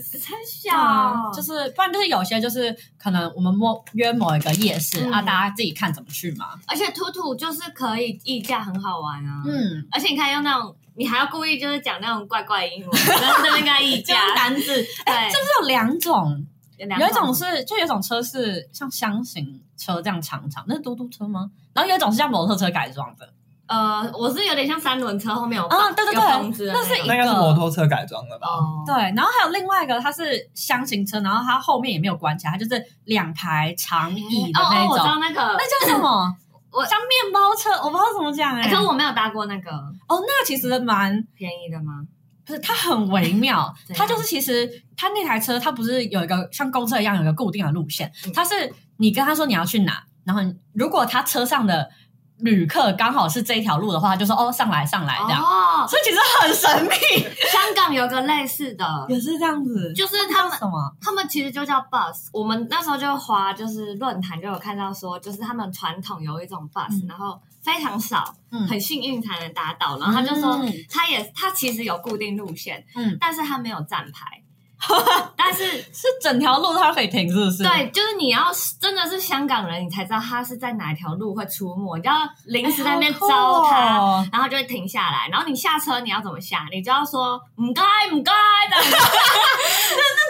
[SPEAKER 4] 啊
[SPEAKER 3] 笑，，
[SPEAKER 4] 就是是不然就是有些就是可能我们摸约某一个夜市、
[SPEAKER 3] 嗯
[SPEAKER 4] 啊，大家自己看怎么去嘛。
[SPEAKER 3] 而且兔兔就是可以议价，很好玩啊。
[SPEAKER 4] 嗯，
[SPEAKER 3] 而且你看用那种，你还要故意就是讲那种怪怪的英 文，然后在那边跟他议
[SPEAKER 4] 这
[SPEAKER 3] 价
[SPEAKER 4] 样。单字，
[SPEAKER 3] 对，
[SPEAKER 4] 就是有两种，
[SPEAKER 3] 有
[SPEAKER 4] 有
[SPEAKER 3] 两
[SPEAKER 4] 一种是就有一种车是像箱型车这样长长，那是嘟嘟车吗？然后有一种是像摩托车改装的，
[SPEAKER 3] 呃，我是有点像三轮车后面有
[SPEAKER 4] 啊对对对
[SPEAKER 3] 有房子的
[SPEAKER 4] 那是
[SPEAKER 3] 种
[SPEAKER 2] 那应该是摩托车改装的吧？
[SPEAKER 3] 哦，
[SPEAKER 4] 对。然后还有另外一个，它是箱型车，然后它后面也没有关起来，它就是两排长椅的
[SPEAKER 3] 哦
[SPEAKER 4] 那
[SPEAKER 3] 哦，我知
[SPEAKER 4] 种，
[SPEAKER 3] 道那个，
[SPEAKER 4] 那叫什么？
[SPEAKER 3] 我
[SPEAKER 4] 像面包车，我不知道怎么讲哎、
[SPEAKER 3] 哎可是我没有搭过那个
[SPEAKER 4] 哦，那其实蛮
[SPEAKER 3] 便宜的吗？
[SPEAKER 4] 不是，它很 微妙
[SPEAKER 3] 怎，样
[SPEAKER 4] 它就是其实它那台车，它不是有一个像公车一样有一个固定的路线
[SPEAKER 3] 嗯，
[SPEAKER 4] 它是你跟他说你要去哪，然后你如果他车上的旅客刚好是这一条路的话，就说哦上来上来这样，
[SPEAKER 3] 哦，
[SPEAKER 4] 所以其实很神 秘，
[SPEAKER 3] 香港有个类似的，
[SPEAKER 4] 也是这样子。
[SPEAKER 3] 就是他们
[SPEAKER 4] 什么？
[SPEAKER 3] 他们其实就叫 bus。我们那时候就滑就是论坛就有看到说，就是他们传统有一种 bus，、
[SPEAKER 4] 嗯
[SPEAKER 3] 然后非常少，
[SPEAKER 4] 嗯
[SPEAKER 3] 很幸运才能搭到。然后他就说，
[SPEAKER 4] 嗯
[SPEAKER 3] 他也他其实有固定路线，
[SPEAKER 4] 嗯
[SPEAKER 3] 但是他没有站 牌。但是
[SPEAKER 4] 是整条路它可以停，是不是？
[SPEAKER 3] 对，就是你要真的是香港人，你才知道他是在哪一条路会出没，你就要临
[SPEAKER 4] 哎，
[SPEAKER 3] 时在那边
[SPEAKER 4] 好酷
[SPEAKER 3] 招他。
[SPEAKER 4] 哦
[SPEAKER 3] 然后就会停下来，然后你下车你要怎么下？你就要说唔该唔该 的，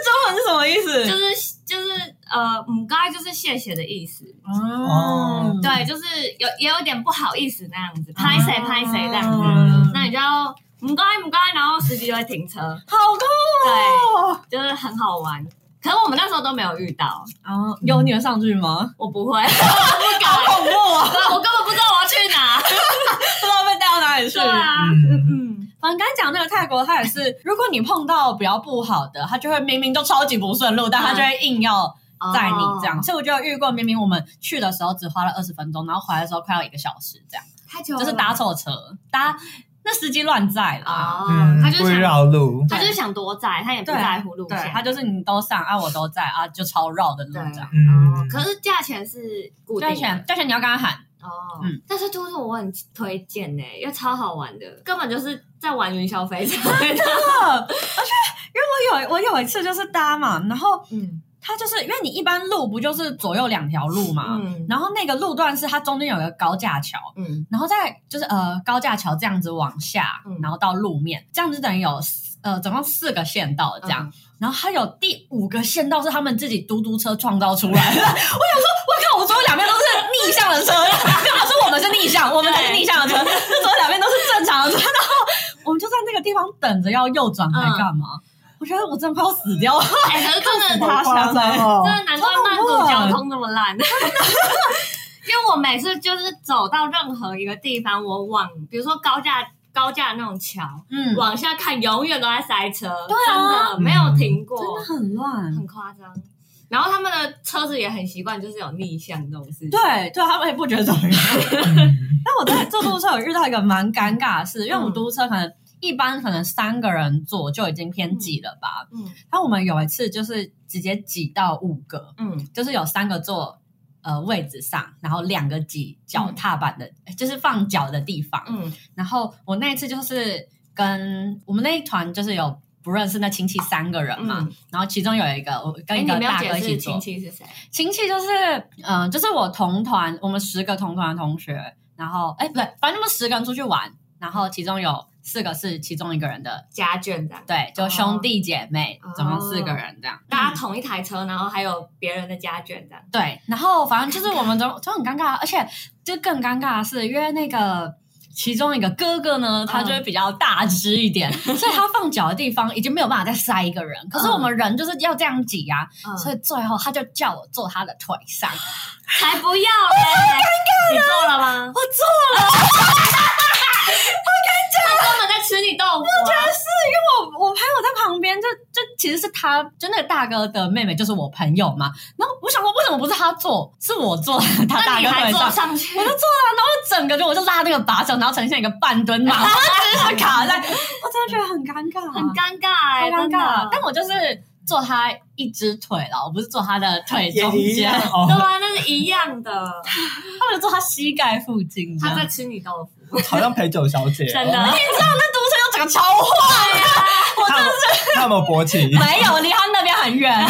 [SPEAKER 4] 中文是什么意思？
[SPEAKER 3] 就是就是呃唔该就是谢谢的意思。
[SPEAKER 4] 哦
[SPEAKER 2] 嗯，
[SPEAKER 3] 对，就是有也有点不好意思那样
[SPEAKER 4] 啊
[SPEAKER 3] 子，拍谁拍谁这样子。
[SPEAKER 4] 嗯
[SPEAKER 3] 那你就要唔该唔该，然后司机就会停车，
[SPEAKER 4] 好酷哦！
[SPEAKER 3] 就是很好玩。可是我们那时候都没有遇到，
[SPEAKER 4] 哦，有你们上去吗？
[SPEAKER 3] 我不会，我不敢，
[SPEAKER 4] 恐怖啊！
[SPEAKER 3] 对我根本不知道我要去哪。
[SPEAKER 4] 不知道被带到哪里去。
[SPEAKER 3] 对啊，
[SPEAKER 2] 嗯，
[SPEAKER 3] 嗯，
[SPEAKER 4] 反正刚才讲那个泰国，他也是， 如果你碰到比较不好的，他就会明明都超级不顺路，但他就会硬要载你这样。
[SPEAKER 3] 哦
[SPEAKER 4] 所以我就有遇过，明明我们去的时候只花了二十分钟，然后回来的时候快要一个小时这样，
[SPEAKER 3] 太久了，
[SPEAKER 4] 就是搭错车，搭那司机乱载啦。
[SPEAKER 3] 哦，
[SPEAKER 2] 嗯
[SPEAKER 3] 他就
[SPEAKER 2] 不会
[SPEAKER 3] 是想
[SPEAKER 2] 绕路。
[SPEAKER 3] 他就是想多载，他也不
[SPEAKER 4] 对
[SPEAKER 3] 在乎路
[SPEAKER 4] 对
[SPEAKER 3] 线，，
[SPEAKER 4] 他就是你都上啊，我都在啊，就超绕的路
[SPEAKER 3] 对
[SPEAKER 4] 这样。
[SPEAKER 3] 哦
[SPEAKER 2] 嗯，，
[SPEAKER 3] 可是价钱是固定的
[SPEAKER 4] 教选教选，你要跟 他喊，
[SPEAKER 3] 哦
[SPEAKER 4] 嗯。
[SPEAKER 3] 但是兔兔我很推荐呢，因为超好玩的，根本就是在玩云霄 飞车。
[SPEAKER 4] 而且因为我有我有一次就是搭嘛，然后
[SPEAKER 3] 嗯
[SPEAKER 4] 他就是因为你一般路不就是左右两条路嘛，
[SPEAKER 3] 嗯
[SPEAKER 4] 然后那个路段是它中间有一个高架桥，
[SPEAKER 3] 嗯，
[SPEAKER 4] 然后再就是呃高架桥这样子往下，
[SPEAKER 3] 嗯
[SPEAKER 4] 然后到路面，这样子等于有四呃总共四个县道这
[SPEAKER 2] 嗯
[SPEAKER 4] 样。然后还有第五个县道是他们自己嘟嘟车创造出来的。我想 说，我靠，我左右两边都是逆向的车，干嘛说我们是逆向，我们才是逆向的车，
[SPEAKER 2] 嗯
[SPEAKER 4] 这左右两边都是正常的车。然后我们就在那个地方等着要右转来干嘛？我觉得我真的快要死掉了，
[SPEAKER 3] 哎，可是真的
[SPEAKER 2] 好嗯夸张哦！
[SPEAKER 3] 真的难怪曼谷交通那么烂， 因为我每次就是走到任何一个地方，我往比如说高架高架那种桥、
[SPEAKER 4] 嗯，
[SPEAKER 3] 往下看，永远都在塞车，
[SPEAKER 4] 对啊
[SPEAKER 3] 真的没有停过，
[SPEAKER 4] 真的很乱。
[SPEAKER 3] 很夸张。然后他们的车子也很习惯，就是有逆向这种事情。
[SPEAKER 4] 对啊对，他们也不觉得怎么样。
[SPEAKER 2] 嗯
[SPEAKER 4] 但我在坐嘟嘟车有遇到一个蛮尴尬的事，因为我
[SPEAKER 3] 嗯
[SPEAKER 4] 们嘟嘟车可能一般可能三个人坐就已经偏挤了吧，
[SPEAKER 3] 嗯
[SPEAKER 4] 但我们有一次就是直接挤到五个，
[SPEAKER 3] 嗯
[SPEAKER 4] 就是有三个坐呃位置上，然后两个挤脚踏板的，就是放脚的地方。
[SPEAKER 3] 嗯，
[SPEAKER 4] 然后我那一次就是跟我们那一团就是有不认识那亲戚三个人嘛，
[SPEAKER 3] 嗯
[SPEAKER 4] 然后其中有一个我
[SPEAKER 3] 哎，
[SPEAKER 4] 跟一
[SPEAKER 3] 你
[SPEAKER 4] 个
[SPEAKER 3] 们要
[SPEAKER 4] 大哥
[SPEAKER 3] 解
[SPEAKER 4] 一起
[SPEAKER 3] 释
[SPEAKER 4] 做
[SPEAKER 3] 亲，戚是谁？
[SPEAKER 4] 亲戚就是，嗯、就是我同团，我们十个同团的同学，然后哎不对，反正我们十个人出去玩，然后其中有四个是其中一个人的，
[SPEAKER 3] 家眷这样，
[SPEAKER 4] 对，就兄弟姐妹，
[SPEAKER 3] 哦嗯
[SPEAKER 4] 总共四个人这样。
[SPEAKER 3] 大家同一台车，然后还有别人的家眷这样。
[SPEAKER 4] 对，然后反正就是我们都都很尴尬，而且就更尴尬的是，因为那个其中一个哥哥呢，他
[SPEAKER 3] 嗯
[SPEAKER 4] 就会比较大只一 点，所以他放脚的地方已经没有办法再塞一个人。可是我们人就是要这样挤啊，
[SPEAKER 3] 嗯
[SPEAKER 4] 所以最后他就叫我坐他的腿上，
[SPEAKER 3] 才不要嘞！你做了吗？ 我做了，我跟你讲，他根本在吃你豆腐、啊。
[SPEAKER 4] 我我朋友在旁边，就就其实是他，就那个大哥的妹妹就是我朋友嘛。然后我想说，为什么不是他坐，是我坐他
[SPEAKER 3] 那
[SPEAKER 4] 大
[SPEAKER 3] 你
[SPEAKER 4] 哥
[SPEAKER 3] 还
[SPEAKER 4] 腿
[SPEAKER 3] 坐
[SPEAKER 4] 上？
[SPEAKER 3] 上去
[SPEAKER 4] 我？就坐啊，然后整个就我就拉那个把手，然后呈现一个半蹲马，我就是卡在，我真的觉得很尴尬，
[SPEAKER 3] 很尴尬、欸，
[SPEAKER 4] 太尴
[SPEAKER 3] 真的
[SPEAKER 4] 尬。但我就是坐他一只腿了，我不是坐他的腿中
[SPEAKER 2] 也一
[SPEAKER 4] 间
[SPEAKER 2] 样，
[SPEAKER 3] 对
[SPEAKER 2] 哦，
[SPEAKER 3] 吧？那是一样 的，
[SPEAKER 4] 他们坐他膝盖附近这
[SPEAKER 3] 他
[SPEAKER 4] 样。
[SPEAKER 3] 在吃你豆腐，
[SPEAKER 2] 好像陪酒小姐哦，
[SPEAKER 3] 真的。
[SPEAKER 4] 那读者又整个超坏呀、
[SPEAKER 2] 他有他有没有勃起？
[SPEAKER 4] 没有，离他那边很 远。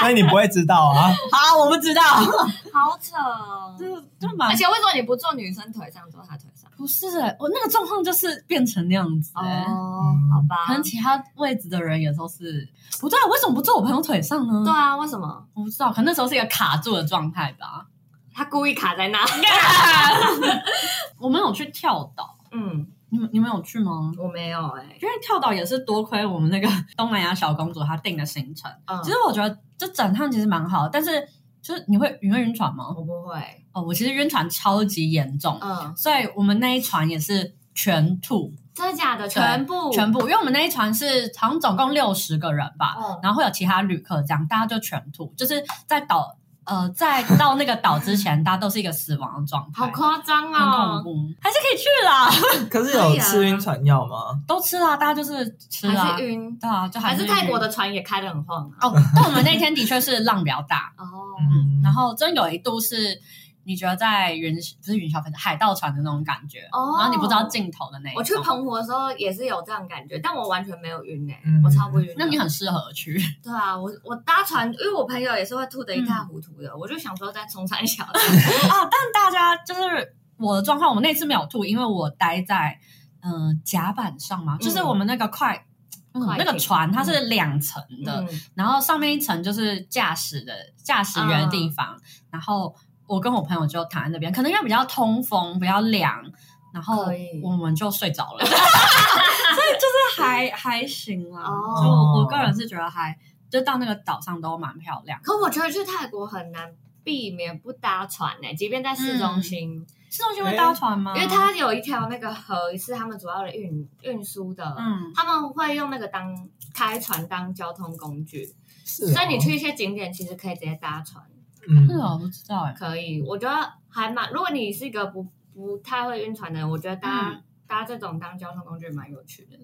[SPEAKER 2] 所以你不会知道啊。
[SPEAKER 4] 好，我不知道，
[SPEAKER 3] 好扯哦。
[SPEAKER 4] 就就蛮
[SPEAKER 3] 而且为什么你不坐女生腿上，坐她腿上？
[SPEAKER 4] 不是、欸，我那个状况就是变成那样子、欸。
[SPEAKER 3] 哦，好吧
[SPEAKER 4] 可。能其他位置的人也都是不对啊，为什么不坐我朋友腿上呢？
[SPEAKER 3] 对啊，为什么
[SPEAKER 4] 我不知道，可能那时候是一个卡住的状态 吧。
[SPEAKER 3] 他故意卡在那？
[SPEAKER 4] 我们有去跳岛，
[SPEAKER 3] 嗯，
[SPEAKER 4] 你们你们有去吗？
[SPEAKER 3] 我没有哎、
[SPEAKER 4] 因为跳岛也是多亏我们那个 东南亚小公主她定的行程。
[SPEAKER 3] 嗯
[SPEAKER 4] 其实我觉得这整趟其实蛮好，但是就是你会你会晕船吗？
[SPEAKER 3] 我不会。
[SPEAKER 4] 哦，我其实晕船超级严重，
[SPEAKER 3] 嗯，
[SPEAKER 4] 所以我们那一船也是全吐，
[SPEAKER 3] 真的假的？全部
[SPEAKER 4] 全部，因为我们那一船是好像总共六十个人吧，
[SPEAKER 3] 嗯
[SPEAKER 4] 然后会有其他旅客这样，大家就全吐，就是在岛呃在到那个岛之前，大家都是一个死亡的状态，
[SPEAKER 3] 好夸张
[SPEAKER 4] 很恐
[SPEAKER 3] 哦！
[SPEAKER 4] 怖，还是可以去啦，
[SPEAKER 2] 可是有吃晕船药吗？
[SPEAKER 4] 都吃啦，大家就是吃啦
[SPEAKER 3] 还，是晕，
[SPEAKER 4] 对啊，就
[SPEAKER 3] 还
[SPEAKER 4] 是
[SPEAKER 3] 是泰国的船也开得很晃啊。
[SPEAKER 4] 哦，但我们那天的确是浪比较 大，
[SPEAKER 3] 哦
[SPEAKER 2] 嗯
[SPEAKER 4] 啊然后真有一度是。你觉得在云不是云霄飞车海盗船的那种感觉，
[SPEAKER 3] 哦
[SPEAKER 4] 然后你不知道尽头的那一种，
[SPEAKER 3] 我去澎湖的时候也是有这样感觉，但我完全没有晕哎、
[SPEAKER 2] 嗯
[SPEAKER 3] 我超不晕的。
[SPEAKER 4] 那你很适合去，
[SPEAKER 3] 对啊，我我搭船，因为我朋友也是会吐得一塌糊涂的，我就想说再冲上一小时。
[SPEAKER 4] 啊，但大家就是我的状况，我那次没有吐，因为我待在嗯、呃甲板上嘛，就是我们那个快、那个
[SPEAKER 3] 嗯快艇
[SPEAKER 4] 那个船，它是两层的，
[SPEAKER 3] 嗯，
[SPEAKER 4] 然后上面一层就是驾驶的驾驶员的地
[SPEAKER 3] 嗯
[SPEAKER 4] 方，然后我跟我朋友就躺在那边，可能因为比较通风，比较凉，然后
[SPEAKER 3] 可以
[SPEAKER 4] 我们就睡着了， 所以就是还还行啦，
[SPEAKER 3] 哦
[SPEAKER 4] 就我个人是觉得还。就到那个岛上都蛮漂亮，
[SPEAKER 3] 可我觉得去泰国很难避免不搭船哎、即便在市中心，
[SPEAKER 4] 是东西会搭船吗？
[SPEAKER 3] 因为它有一条那个河是他们主要的运运输的，
[SPEAKER 4] 嗯，
[SPEAKER 3] 他们会用那个当开船当交通工具，
[SPEAKER 2] 是哦，
[SPEAKER 3] 所以你去一些景点其实可以直接搭船。
[SPEAKER 2] 嗯
[SPEAKER 4] 是哦，不知道哎。
[SPEAKER 3] 可以，我觉得还蛮。如果你是一个不不太会晕船的人，我觉得搭、搭这种当交通工具蛮有趣的，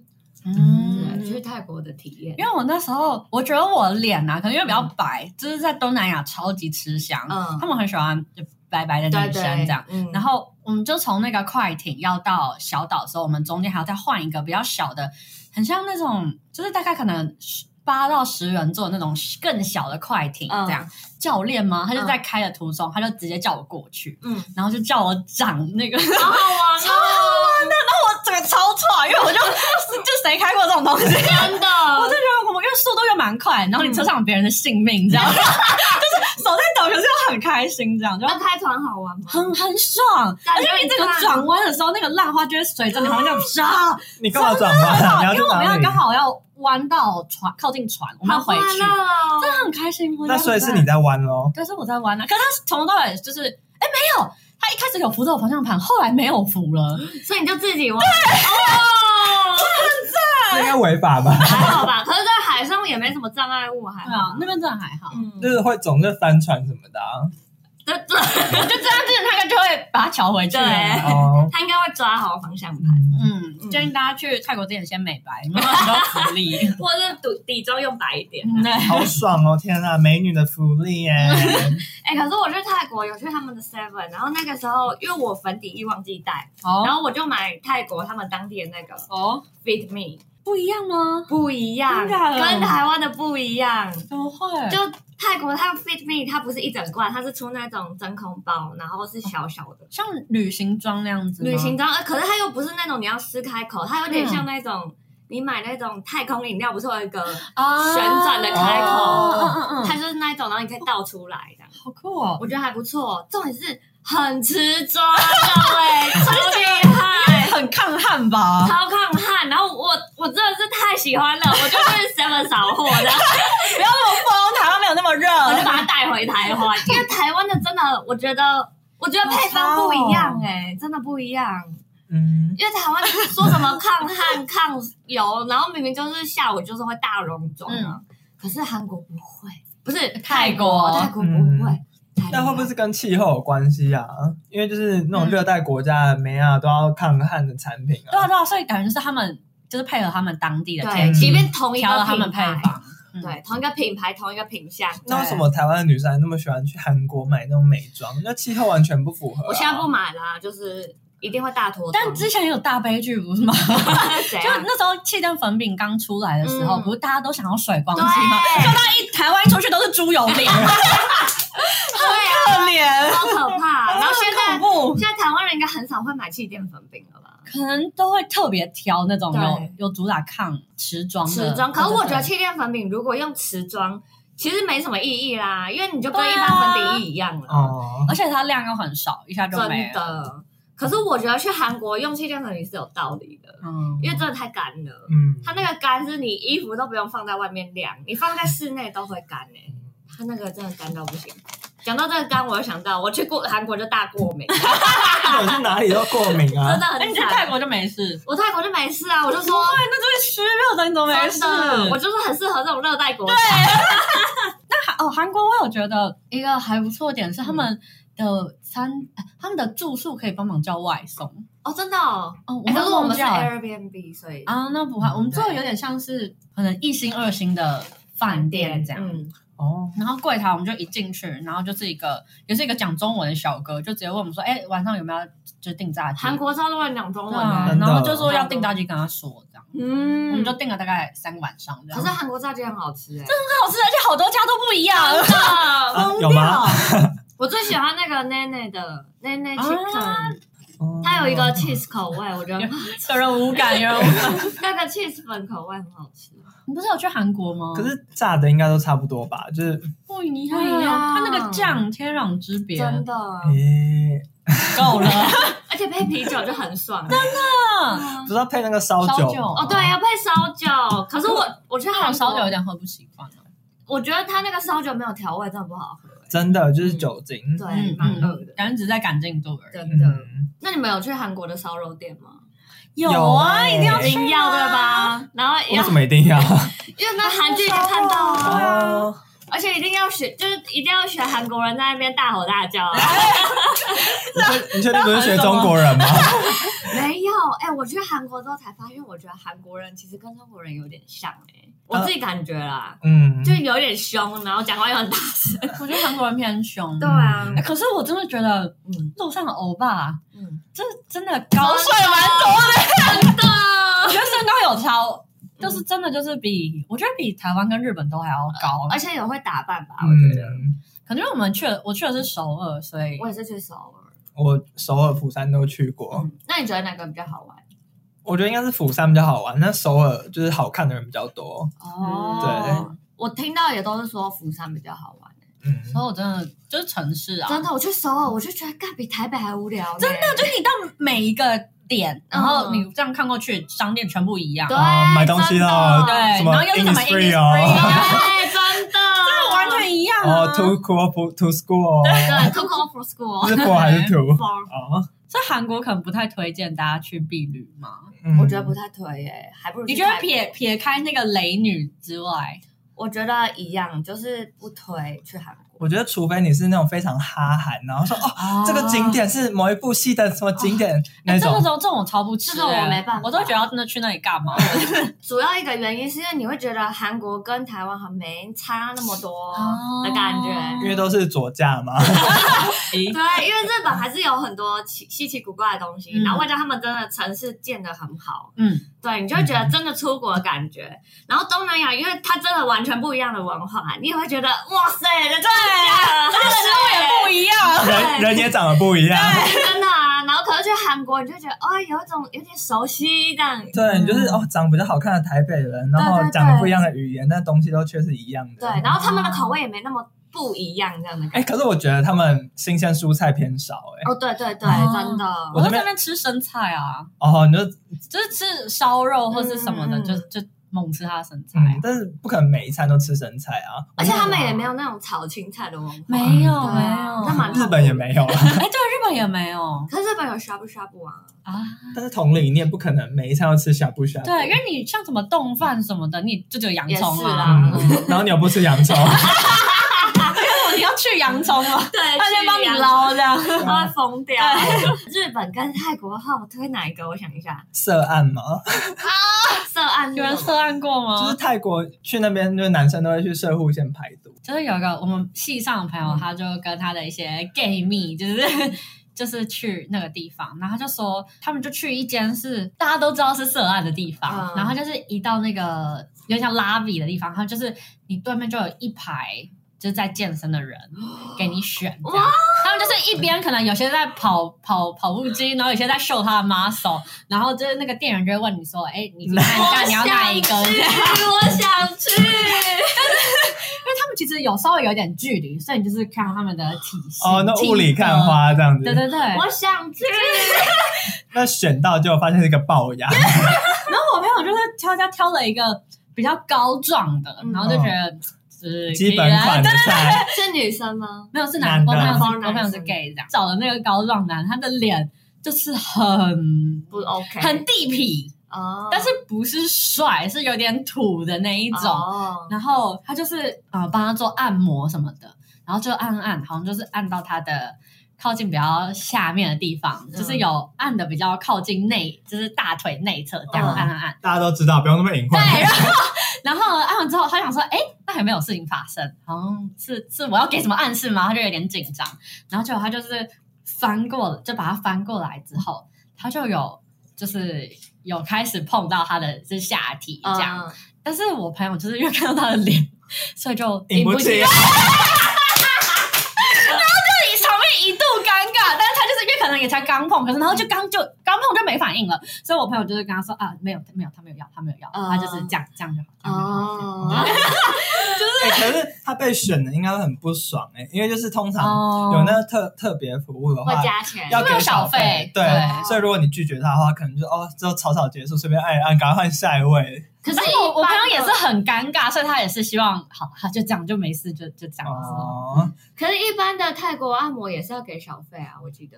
[SPEAKER 2] 嗯
[SPEAKER 3] 对，去泰国的体验
[SPEAKER 4] 因。为我那时候我觉得我脸啊，可能因为比较白，就是在东南亚超级吃香，
[SPEAKER 3] 嗯
[SPEAKER 4] 他们很喜欢就白白的
[SPEAKER 3] 对
[SPEAKER 4] 女
[SPEAKER 3] 对，
[SPEAKER 4] 生这样。
[SPEAKER 3] 嗯
[SPEAKER 4] 然后我们就从那个快艇要到小岛的时候，我们中间还要再换一个比较小的，很像那种就是大概可能十八到十人座的那种更小的快艇
[SPEAKER 3] 嗯
[SPEAKER 4] 这样。教练吗？他就在开的途中，他就直接叫我过去，
[SPEAKER 3] 嗯，
[SPEAKER 4] 然后就叫我长那个。
[SPEAKER 3] 好好玩哦，
[SPEAKER 4] 整个超喘，因为我就 就谁开过这种东西？
[SPEAKER 3] 真的，
[SPEAKER 4] 我就觉得我们因为速度又蛮快，然后你车上有别人的性 命，这样、就是手在抖，可是又很开心，这样就
[SPEAKER 3] 那开船好玩吗？
[SPEAKER 4] 很很爽。
[SPEAKER 3] 感
[SPEAKER 4] 而
[SPEAKER 3] 觉啊
[SPEAKER 4] 且你整个转弯的时候，那个浪花就会随着 你旁边就唰，
[SPEAKER 2] 你干嘛转弯？啊你
[SPEAKER 4] 啊因
[SPEAKER 2] 要
[SPEAKER 4] 为
[SPEAKER 2] 去
[SPEAKER 4] 我们
[SPEAKER 2] 哪
[SPEAKER 4] 要
[SPEAKER 2] 里
[SPEAKER 4] 刚？好要弯到船靠近船，我们要
[SPEAKER 3] 好
[SPEAKER 4] 回
[SPEAKER 3] 快
[SPEAKER 4] 去，
[SPEAKER 3] 乐哦，
[SPEAKER 4] 真的很开心。
[SPEAKER 2] 那所以是你，在弯喽？
[SPEAKER 4] 但是我在弯啊，可是他从头到尾就是哎、没有，他一开始有扶着我方向盘，后来没有扶了。
[SPEAKER 3] 所以你就自己玩哦，
[SPEAKER 2] 那应该违法吧？
[SPEAKER 3] 还好吧？可是，在海上也没什么障碍物，还
[SPEAKER 4] 对
[SPEAKER 3] 好
[SPEAKER 4] 啊
[SPEAKER 3] 吧。，
[SPEAKER 4] 那边真的还好。
[SPEAKER 3] 嗯
[SPEAKER 2] 就是会总是翻船什么的啊。
[SPEAKER 3] 对对，
[SPEAKER 4] 就这样子，他就会把它调回去了。
[SPEAKER 3] 对
[SPEAKER 2] 哦，
[SPEAKER 3] 他应该会抓好方向盘，
[SPEAKER 2] 嗯
[SPEAKER 4] 嗯，建议大家去泰国之前先美白，没有很多福利。
[SPEAKER 3] 或者是底底妆用白一点。
[SPEAKER 4] 嗯对，
[SPEAKER 2] 好爽哦！天啊，美女的福利耶！
[SPEAKER 3] 哎、可是我去泰国有去他们的 Seven，然后那个时候因为我粉底液忘记带，然
[SPEAKER 4] 哦
[SPEAKER 3] 后我就买泰国他们当地的那个
[SPEAKER 4] 哦，
[SPEAKER 3] Fit Me，
[SPEAKER 4] 不一样哦吗？
[SPEAKER 3] 不一样，
[SPEAKER 4] 真的啊
[SPEAKER 3] 跟台湾的不一样。
[SPEAKER 4] 怎么会？
[SPEAKER 3] 就泰国它 Fit Me 它不是一整罐，它是出那种真空包，然后是小小的
[SPEAKER 4] 像旅行装那样子吗，
[SPEAKER 3] 旅行装，呃可是它又不是那种你要撕开口，它
[SPEAKER 4] 嗯
[SPEAKER 3] 有点像那种、你买那种太空饮料，不是有一个，
[SPEAKER 4] 啊
[SPEAKER 3] 旋转的开口
[SPEAKER 4] 哦嗯嗯嗯，
[SPEAKER 3] 它就是那种，然后你可以倒出来的，
[SPEAKER 4] 好酷哦！
[SPEAKER 3] 我觉得还不错。重点是很持抓到哎、 超厉害。
[SPEAKER 4] 哎很抗旱吧？
[SPEAKER 3] 超抗旱，然后我我真的是太喜欢了，我就去 Seven 扫货，然后
[SPEAKER 4] 不要那么疯，台湾没有那么热。
[SPEAKER 3] 我就把它带回台湾，因为台湾的真的，我觉得我觉得配方
[SPEAKER 4] 哦
[SPEAKER 3] 不一样哎、真的不一样。
[SPEAKER 2] 嗯，
[SPEAKER 3] 因为台湾说什么抗旱、 抗油，然后明明就是下午就是会大溶妆啊，可是韩国不会， 不是
[SPEAKER 4] 嗯泰国嗯
[SPEAKER 3] 泰国不会。台湾
[SPEAKER 2] 那会不会是跟气候有关系啊？因为就是
[SPEAKER 4] 嗯
[SPEAKER 2] 那种热带国家的梅啊，都要抗旱的产品
[SPEAKER 4] 对啊
[SPEAKER 2] 啊。
[SPEAKER 4] 对啊，所以感觉就是他们就是配合他们当地的
[SPEAKER 3] 对？
[SPEAKER 4] 天
[SPEAKER 2] 嗯
[SPEAKER 4] 气，
[SPEAKER 3] 即便同一个
[SPEAKER 4] 调了他们
[SPEAKER 3] 品
[SPEAKER 4] 配
[SPEAKER 3] 牌，
[SPEAKER 4] 方。嗯
[SPEAKER 3] 对，同一个品牌、同一个品相，
[SPEAKER 2] 那为什么台湾的女生还那么喜欢去韩国买那种美妆？那气候完全不符合啊。
[SPEAKER 3] 我现在不买啦、就是一定会大脱妆。
[SPEAKER 4] 但之前也有大悲剧不是吗？
[SPEAKER 3] 谁
[SPEAKER 4] 就
[SPEAKER 3] 啊？
[SPEAKER 4] 那时候气垫粉饼刚出来的时候，
[SPEAKER 3] 嗯
[SPEAKER 4] 不是大家都想要水光肌吗？
[SPEAKER 3] 对
[SPEAKER 4] 就那一台湾一出去都是猪油 脸，
[SPEAKER 3] 对
[SPEAKER 4] 可怜，
[SPEAKER 3] 啊，好可 怕！然后现
[SPEAKER 4] 很恐
[SPEAKER 3] 在
[SPEAKER 4] 怖，
[SPEAKER 3] 现在台湾人应该很少会买气垫粉饼了吧？
[SPEAKER 4] 可能都会特别挑那种有
[SPEAKER 3] 对
[SPEAKER 4] 有主打抗持妆的
[SPEAKER 3] 持妆，可是我觉得
[SPEAKER 4] 对对对
[SPEAKER 3] 气垫粉饼如果用持妆，其实没什么意义啦，因为你就跟
[SPEAKER 4] 对
[SPEAKER 3] 一
[SPEAKER 4] 啊
[SPEAKER 3] 般粉底液一样了，
[SPEAKER 2] 哦，
[SPEAKER 4] 而且它量又很少，一下就没
[SPEAKER 3] 真
[SPEAKER 4] 了。
[SPEAKER 3] 的。可是我觉得去韩国用气垫粉饼是有道理的，
[SPEAKER 4] 嗯
[SPEAKER 3] 因为真的太干了。
[SPEAKER 2] 嗯，
[SPEAKER 3] 它那个干是你衣服都不用放在外面晾，你放在室内都会干诶、它那个真的干到不行。讲到这个干，我又想到我去过韩国就大过敏，真
[SPEAKER 2] 日本是哪里都过敏啊
[SPEAKER 3] 的。
[SPEAKER 4] 啊哎，
[SPEAKER 3] 很
[SPEAKER 4] 你去泰
[SPEAKER 3] 惨。
[SPEAKER 4] 国就没事，
[SPEAKER 3] 我泰国就没事啊，我就说
[SPEAKER 4] 哎，那这边虚热的你怎么没
[SPEAKER 3] 真
[SPEAKER 4] 事？
[SPEAKER 3] 的，我就是很适合这种热带国家。
[SPEAKER 4] 啊哦，韩国我有觉得一个还不错的点是他
[SPEAKER 3] 嗯
[SPEAKER 4] 们的餐，他们的住宿可以帮忙叫外送。
[SPEAKER 3] 哦，真的哦。
[SPEAKER 4] 哦，
[SPEAKER 3] 哎可是我们是嗯
[SPEAKER 4] 忘记了
[SPEAKER 3] Airbnb，所以
[SPEAKER 4] 啊，那不怕，我们做的有点像是可能一星二星的饭店这样。
[SPEAKER 3] 嗯，
[SPEAKER 2] 哦，
[SPEAKER 4] 然后柜台我们就一进去，然后就是一个也是一个讲中文的小哥，就直接问我们说：“哎、晚上有没有要就订炸鸡？”
[SPEAKER 3] 韩国超多人讲中
[SPEAKER 4] 对
[SPEAKER 3] 文
[SPEAKER 4] 啊
[SPEAKER 3] 的
[SPEAKER 2] 真，的
[SPEAKER 4] 然后就说要订炸鸡，跟他说这样，我
[SPEAKER 3] 嗯
[SPEAKER 4] 们就订了大概三个晚上这样。
[SPEAKER 3] 可是韩国炸鸡很好吃哎，
[SPEAKER 4] 好吃，而且好多家都不一 样。
[SPEAKER 3] 真的。
[SPEAKER 2] 啊有吗？
[SPEAKER 3] 我最喜欢那个 Nene 的 Nene
[SPEAKER 4] 啊
[SPEAKER 3] Chicken，它
[SPEAKER 2] 哦
[SPEAKER 3] 有一个 cheese 口味，我觉得
[SPEAKER 4] 有人无感，有人无感。
[SPEAKER 3] 那个 cheese 粉口味很好吃。
[SPEAKER 4] 你不是有去韩国吗？
[SPEAKER 2] 可是炸的应该都差不多吧？就是，
[SPEAKER 4] 不一
[SPEAKER 3] 不一样
[SPEAKER 4] 它那个酱天壤之别，
[SPEAKER 3] 真的，
[SPEAKER 2] 诶，
[SPEAKER 4] 够了。
[SPEAKER 3] 而且配啤酒就很爽。真的
[SPEAKER 2] 不知道配那个烧
[SPEAKER 4] 烧
[SPEAKER 2] 酒
[SPEAKER 4] 酒
[SPEAKER 3] 哦，对，要配烧酒。可是我我觉得
[SPEAKER 4] 那
[SPEAKER 3] 韩
[SPEAKER 4] 种烧酒有
[SPEAKER 3] 的，
[SPEAKER 4] 点喝不习惯啊了。
[SPEAKER 3] 我觉得它那个烧酒没有调味，真的不好喝。
[SPEAKER 2] 真的就是酒精，
[SPEAKER 3] 对，哎蛮
[SPEAKER 4] 嗯
[SPEAKER 3] 饿的，
[SPEAKER 4] 感觉只是在赶进度而已。
[SPEAKER 3] 真的。
[SPEAKER 2] 嗯
[SPEAKER 3] 那你们有去韩国的烧肉店吗？
[SPEAKER 2] 有啊
[SPEAKER 4] 一定要
[SPEAKER 3] 一定要对？吧？然后
[SPEAKER 2] 为
[SPEAKER 3] 要
[SPEAKER 2] 什，么一定要？
[SPEAKER 3] 因为那韩剧已经看到
[SPEAKER 4] 对
[SPEAKER 3] 了，
[SPEAKER 4] 啊
[SPEAKER 2] 哦
[SPEAKER 3] 而且一定要学，就是一定要学韩国人在那边大吼大 叫啊。
[SPEAKER 2] 你确 你确定不是学中国人 吗？
[SPEAKER 3] 没有，哎、我去韩国之后才发现，我觉得韩国人其实跟中国人有点像、哎，我
[SPEAKER 4] 呃
[SPEAKER 3] 自己感觉啦，
[SPEAKER 2] 嗯，
[SPEAKER 3] 就有点凶，然后讲话又很大声。
[SPEAKER 4] 我觉得韩国人偏凶。
[SPEAKER 3] 对啊，
[SPEAKER 4] 哎可是我真的觉得
[SPEAKER 3] 嗯
[SPEAKER 4] 路上的欧巴，
[SPEAKER 3] 嗯，
[SPEAKER 4] 这真的高水蛮
[SPEAKER 3] 哦 真
[SPEAKER 4] 多的。
[SPEAKER 3] 的，
[SPEAKER 4] 我觉得身高有超，就是真的就是比我觉得比台湾跟日本都还要高。
[SPEAKER 3] 而且也会打扮吧，啊我觉得。
[SPEAKER 2] 嗯，
[SPEAKER 4] 可能因为我们去了，我去的是首尔，所以
[SPEAKER 3] 我也是去首尔，
[SPEAKER 2] 我首尔、釜山都去过，
[SPEAKER 3] 嗯，那你觉得哪个比较好玩？
[SPEAKER 2] 我觉得应该是釜山比较好玩，那首尔就是好看的人比较多。
[SPEAKER 3] 哦，我听到也都是说釜山比较好玩。
[SPEAKER 2] 嗯，
[SPEAKER 4] 首尔真的就是城市啊，
[SPEAKER 3] 真的，我去首尔，我就觉得干比台北还无聊呢。
[SPEAKER 4] 真的，就是你到每一个点，然后
[SPEAKER 3] 嗯
[SPEAKER 4] 你这样看过去，商店全部一样，
[SPEAKER 3] 对，啊
[SPEAKER 2] 哦买东西咯
[SPEAKER 3] 真
[SPEAKER 4] 对，
[SPEAKER 3] 的
[SPEAKER 2] 什么
[SPEAKER 4] 然后又是什么
[SPEAKER 2] Innisfree
[SPEAKER 4] Innisfree
[SPEAKER 2] 哦
[SPEAKER 3] 对，哎真的，
[SPEAKER 4] 对完全一样啊。
[SPEAKER 2] 哦，to cool for to school，哦啊
[SPEAKER 3] 对，to go for
[SPEAKER 2] 是
[SPEAKER 3] school。
[SPEAKER 2] for 还是 to？
[SPEAKER 3] For
[SPEAKER 2] 哦，
[SPEAKER 4] 所以韩国可能不太推荐大家去避旅嘛。
[SPEAKER 2] 嗯
[SPEAKER 3] 我觉得不太推耶，还不如去
[SPEAKER 4] 你觉得
[SPEAKER 3] 泰国
[SPEAKER 4] 撇撇开那个雷女之外，
[SPEAKER 3] 我觉得一样，就是不推去韩国。
[SPEAKER 2] 我觉得除非你是那种非常哈韩，然后说哦，
[SPEAKER 3] 啊
[SPEAKER 4] 哦
[SPEAKER 2] 这个景。点是某一部戏的什么景点
[SPEAKER 4] 哎，
[SPEAKER 2] 那
[SPEAKER 4] 这
[SPEAKER 2] 种
[SPEAKER 4] 个时，候这种我超不吃、欸
[SPEAKER 3] 这种我没办法
[SPEAKER 4] 我都觉得要真的去那里干嘛？
[SPEAKER 3] 主要一个原因是因为你会觉得韩国跟台湾好像没差那么多
[SPEAKER 4] 哦
[SPEAKER 3] 的感觉。
[SPEAKER 2] 因为都是左驾嘛。
[SPEAKER 4] 咦，
[SPEAKER 3] 对，因为日本还是有很多奇稀奇古怪的东西，
[SPEAKER 4] 嗯
[SPEAKER 3] 然后外加他们真的城市建得很好，
[SPEAKER 4] 嗯，
[SPEAKER 3] 对你就会觉得真的出国的感觉。然后东南亚，因为它真的完全不一样的文化，你也会觉得哇塞，这真的假的
[SPEAKER 4] 这个食哎物也不一样。
[SPEAKER 2] 人人也长得不一样，
[SPEAKER 3] 真的啊。然后可是去韩国，你就觉得哦，有一种有点熟悉这样。
[SPEAKER 2] 对你就是哦，长比较好看的台北人，然后
[SPEAKER 3] 对对
[SPEAKER 2] 讲的不一样的语言，但东西都却是一样的。
[SPEAKER 3] 对，然后他们的口味也没那么不一样这样的感觉。
[SPEAKER 2] 哎，可是我觉得他们新鲜蔬菜偏少哎。
[SPEAKER 3] 哦，对对对，
[SPEAKER 4] 哦
[SPEAKER 3] 真的。
[SPEAKER 4] 我
[SPEAKER 2] 我这
[SPEAKER 4] 在
[SPEAKER 2] 边
[SPEAKER 4] 那边吃生菜啊，
[SPEAKER 2] 哦，你就
[SPEAKER 4] 就是吃烧肉或是什么
[SPEAKER 3] 嗯
[SPEAKER 4] 的，
[SPEAKER 3] 嗯嗯
[SPEAKER 4] 就就猛吃它的生菜。
[SPEAKER 2] 嗯，但是不可能每一餐都吃生菜啊。
[SPEAKER 3] 而且他们也没有那种炒青菜的文化，
[SPEAKER 4] 没
[SPEAKER 3] 对
[SPEAKER 4] 有
[SPEAKER 3] 啊
[SPEAKER 4] 没有
[SPEAKER 3] 那蛮
[SPEAKER 2] 哦日本也。没有 啊，
[SPEAKER 4] 哎，对，日本也没有
[SPEAKER 3] 可是日本有 shabu shabu 啊，
[SPEAKER 4] 啊。
[SPEAKER 2] 但是同理，你也不可能每一餐都吃呷不呷。
[SPEAKER 4] 对，因为你像什么冻饭什么的，你就只有洋
[SPEAKER 3] 也是
[SPEAKER 4] 葱啊。
[SPEAKER 3] 啦。
[SPEAKER 2] 嗯，然后你又不吃洋葱，
[SPEAKER 4] 你要去洋葱啊吗？
[SPEAKER 3] 对，
[SPEAKER 4] 他先帮你
[SPEAKER 3] 去
[SPEAKER 4] 捞这样。
[SPEAKER 3] 洋葱，他会疯掉。日本跟泰国的话，我推哪一个？我想一下，
[SPEAKER 2] 涉案嘛，
[SPEAKER 3] 涉案
[SPEAKER 4] 有人涉案过
[SPEAKER 2] 就
[SPEAKER 4] 吗
[SPEAKER 2] 是？泰国去那边，就是男生都会去射护线排毒。
[SPEAKER 4] 就是有一个我们系上的朋友，
[SPEAKER 3] 嗯
[SPEAKER 4] 他就跟他的一些 gay 蜜，就是 就是去那个地方，然后他就说他们就去一间是大家都知道是涉案的地方，
[SPEAKER 3] 嗯
[SPEAKER 4] 然后就是一到那个有点像拉比的地方，他就是你对面就有一排就是在健身的人给你选，这样他们就是一边可能有些在跑跑跑步机，然后有些在秀他的 muscle，然后就是那个店员就会问你说，哎，你看一下你 要哪一个？
[SPEAKER 3] 我想去， 我想去。
[SPEAKER 4] 因为他们其实有稍微有点距离，所以你就是看他们的体型。
[SPEAKER 2] 哦，那
[SPEAKER 4] 体格
[SPEAKER 2] 雾里看。花这样子。
[SPEAKER 4] 嗯对对对，然后
[SPEAKER 3] 我想去，
[SPEAKER 2] 那选到就发现是一个龅牙，
[SPEAKER 4] 我朋友就是挑挑挑了一个比较高壮的，
[SPEAKER 3] 嗯
[SPEAKER 4] 然后就觉得是
[SPEAKER 2] 基本款的
[SPEAKER 4] 对
[SPEAKER 2] 菜。
[SPEAKER 3] 是女生吗？
[SPEAKER 4] 没有是
[SPEAKER 2] 男
[SPEAKER 4] 男，
[SPEAKER 2] 的
[SPEAKER 4] 我朋友是
[SPEAKER 3] 男的
[SPEAKER 4] 我朋友是 gay 这样，找的那个高壮男，他的脸就是很
[SPEAKER 3] 不 OK，
[SPEAKER 4] 很地痞，
[SPEAKER 3] 哦，
[SPEAKER 4] 但是不是帅，是有点土的那一种。
[SPEAKER 3] 哦
[SPEAKER 4] 然后他就是呃帮他做按摩什么的，然后就按按，好像就是按到他的靠近比较下面的地方，
[SPEAKER 3] 嗯
[SPEAKER 4] 就是有按的比较靠近内，就是大腿内侧这样
[SPEAKER 3] 嗯
[SPEAKER 4] 按按按。
[SPEAKER 2] 大家都知道，不用那么隐晦。
[SPEAKER 4] 对，然后然后按完之后，他想说，哎，那还没有事情发生，好像是是我要给什么暗示吗？他就有点紧张，然后结果他就是翻过，就把它翻过来之后，他就有就是有开始碰到他的是下体这样。
[SPEAKER 3] 嗯
[SPEAKER 4] 但是我朋友就是因为看到他的脸，所以就
[SPEAKER 2] 引不
[SPEAKER 4] 不
[SPEAKER 2] 起
[SPEAKER 4] 然后这里场面一度尴尬，但是他就是因为可能也才刚碰，可是然后就刚就刚碰就没反应了，所以我朋友就是跟他说啊，没有没有，他没有要，他没有要，
[SPEAKER 2] 哦
[SPEAKER 3] 嗯
[SPEAKER 4] 他就是这样这样就好。这样就好
[SPEAKER 3] 哦，
[SPEAKER 2] 哎可是他被选的应该会很不爽哎，因为就是通常
[SPEAKER 4] 哦
[SPEAKER 2] 有那个特特别服务的
[SPEAKER 3] 会
[SPEAKER 2] 话。
[SPEAKER 3] 加钱，
[SPEAKER 2] 要给小
[SPEAKER 4] 会有小费
[SPEAKER 2] 对，
[SPEAKER 4] 对
[SPEAKER 2] 所以如果你拒绝他的话，可能就哦，之后草草结束，随便按一按，赶快换下一位。
[SPEAKER 3] 可是
[SPEAKER 4] 但是我我
[SPEAKER 3] 一
[SPEAKER 4] 朋
[SPEAKER 3] 般
[SPEAKER 4] 友也
[SPEAKER 3] 的
[SPEAKER 4] 是很尴尬，所以他也是希望好，他就这样就没事，就就这样子。
[SPEAKER 2] 哦
[SPEAKER 3] 可是，一般的泰国按摩也是要给小费啊，我记得。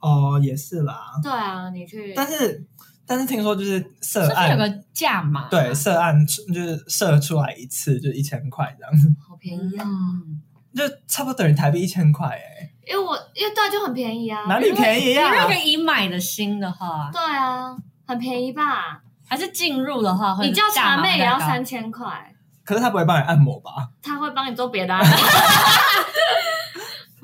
[SPEAKER 2] 哦，也是啦。
[SPEAKER 3] 对啊，你去，
[SPEAKER 2] 但是但是听说就是
[SPEAKER 4] 就
[SPEAKER 2] 涉
[SPEAKER 4] 是有
[SPEAKER 2] 案，
[SPEAKER 4] 个价码，
[SPEAKER 2] 对，涉案就是射出来一次就一千块这样，
[SPEAKER 3] 好便宜啊！
[SPEAKER 4] 嗯，
[SPEAKER 2] 就差不多等于台币一千块哎，
[SPEAKER 3] 因为我因为对啊就很便宜啊，
[SPEAKER 2] 哪里便宜
[SPEAKER 4] 你如
[SPEAKER 2] 呀
[SPEAKER 4] 果？以买的新的话，
[SPEAKER 3] 对啊，很便宜吧？
[SPEAKER 4] 还是进入的话，会
[SPEAKER 3] 你叫
[SPEAKER 4] 价
[SPEAKER 3] 茶
[SPEAKER 4] 码
[SPEAKER 3] 妹
[SPEAKER 4] 比
[SPEAKER 3] 也
[SPEAKER 4] 较
[SPEAKER 3] 要
[SPEAKER 4] 高
[SPEAKER 3] 三千块，
[SPEAKER 2] 可是他不会帮你按摩吧？
[SPEAKER 3] 他会帮你做 别的、啊。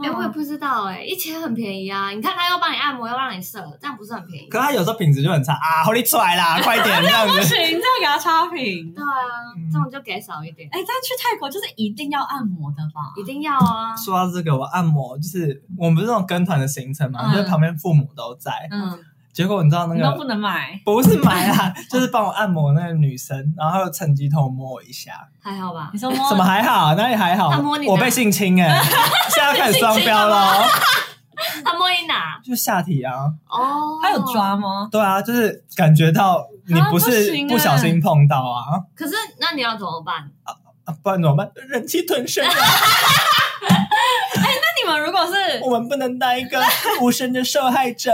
[SPEAKER 3] 哎、我也不知道哎、一千很便宜啊！你看他又帮你按摩，又让你射，这样不是很便宜？
[SPEAKER 2] 可他有时候品质就很差啊，好你出来啦， 快点这样
[SPEAKER 4] 不
[SPEAKER 2] 子。
[SPEAKER 4] 行，这要给他差评
[SPEAKER 3] 对。啊，
[SPEAKER 2] 嗯
[SPEAKER 3] 这种就给少一点，
[SPEAKER 4] 哎、但去泰国就是一定要按摩的吧？
[SPEAKER 3] 一定要啊！
[SPEAKER 2] 说到这个，我按摩就是我们不是那种跟团的行程嘛，
[SPEAKER 4] 嗯
[SPEAKER 2] 就是旁边父母都在。
[SPEAKER 4] 嗯，
[SPEAKER 2] 结果你知道那
[SPEAKER 4] 你都
[SPEAKER 2] 个
[SPEAKER 4] 不能买。
[SPEAKER 2] 不是买啦， 就是帮我按摩那个女生，然后趁机偷摸我一下。
[SPEAKER 3] 还好吧
[SPEAKER 4] 你？说摸
[SPEAKER 2] 怎么还好？那也还好
[SPEAKER 3] 他摸你。哪
[SPEAKER 2] 我被性侵 哎，现在要开始双标了，
[SPEAKER 3] 他摸你哪？
[SPEAKER 2] 就下体啊。
[SPEAKER 3] 哦，
[SPEAKER 4] 他有。抓吗？
[SPEAKER 2] 对啊，就是感觉到你
[SPEAKER 4] 啊
[SPEAKER 2] 不是
[SPEAKER 4] 不行欸
[SPEAKER 2] 不小心碰到啊，
[SPEAKER 3] 可是那你要怎么办？
[SPEAKER 2] 啊不然怎么办？忍气吞声啊，
[SPEAKER 4] 那你们如果是
[SPEAKER 2] 我们不能当一个无声的受害者。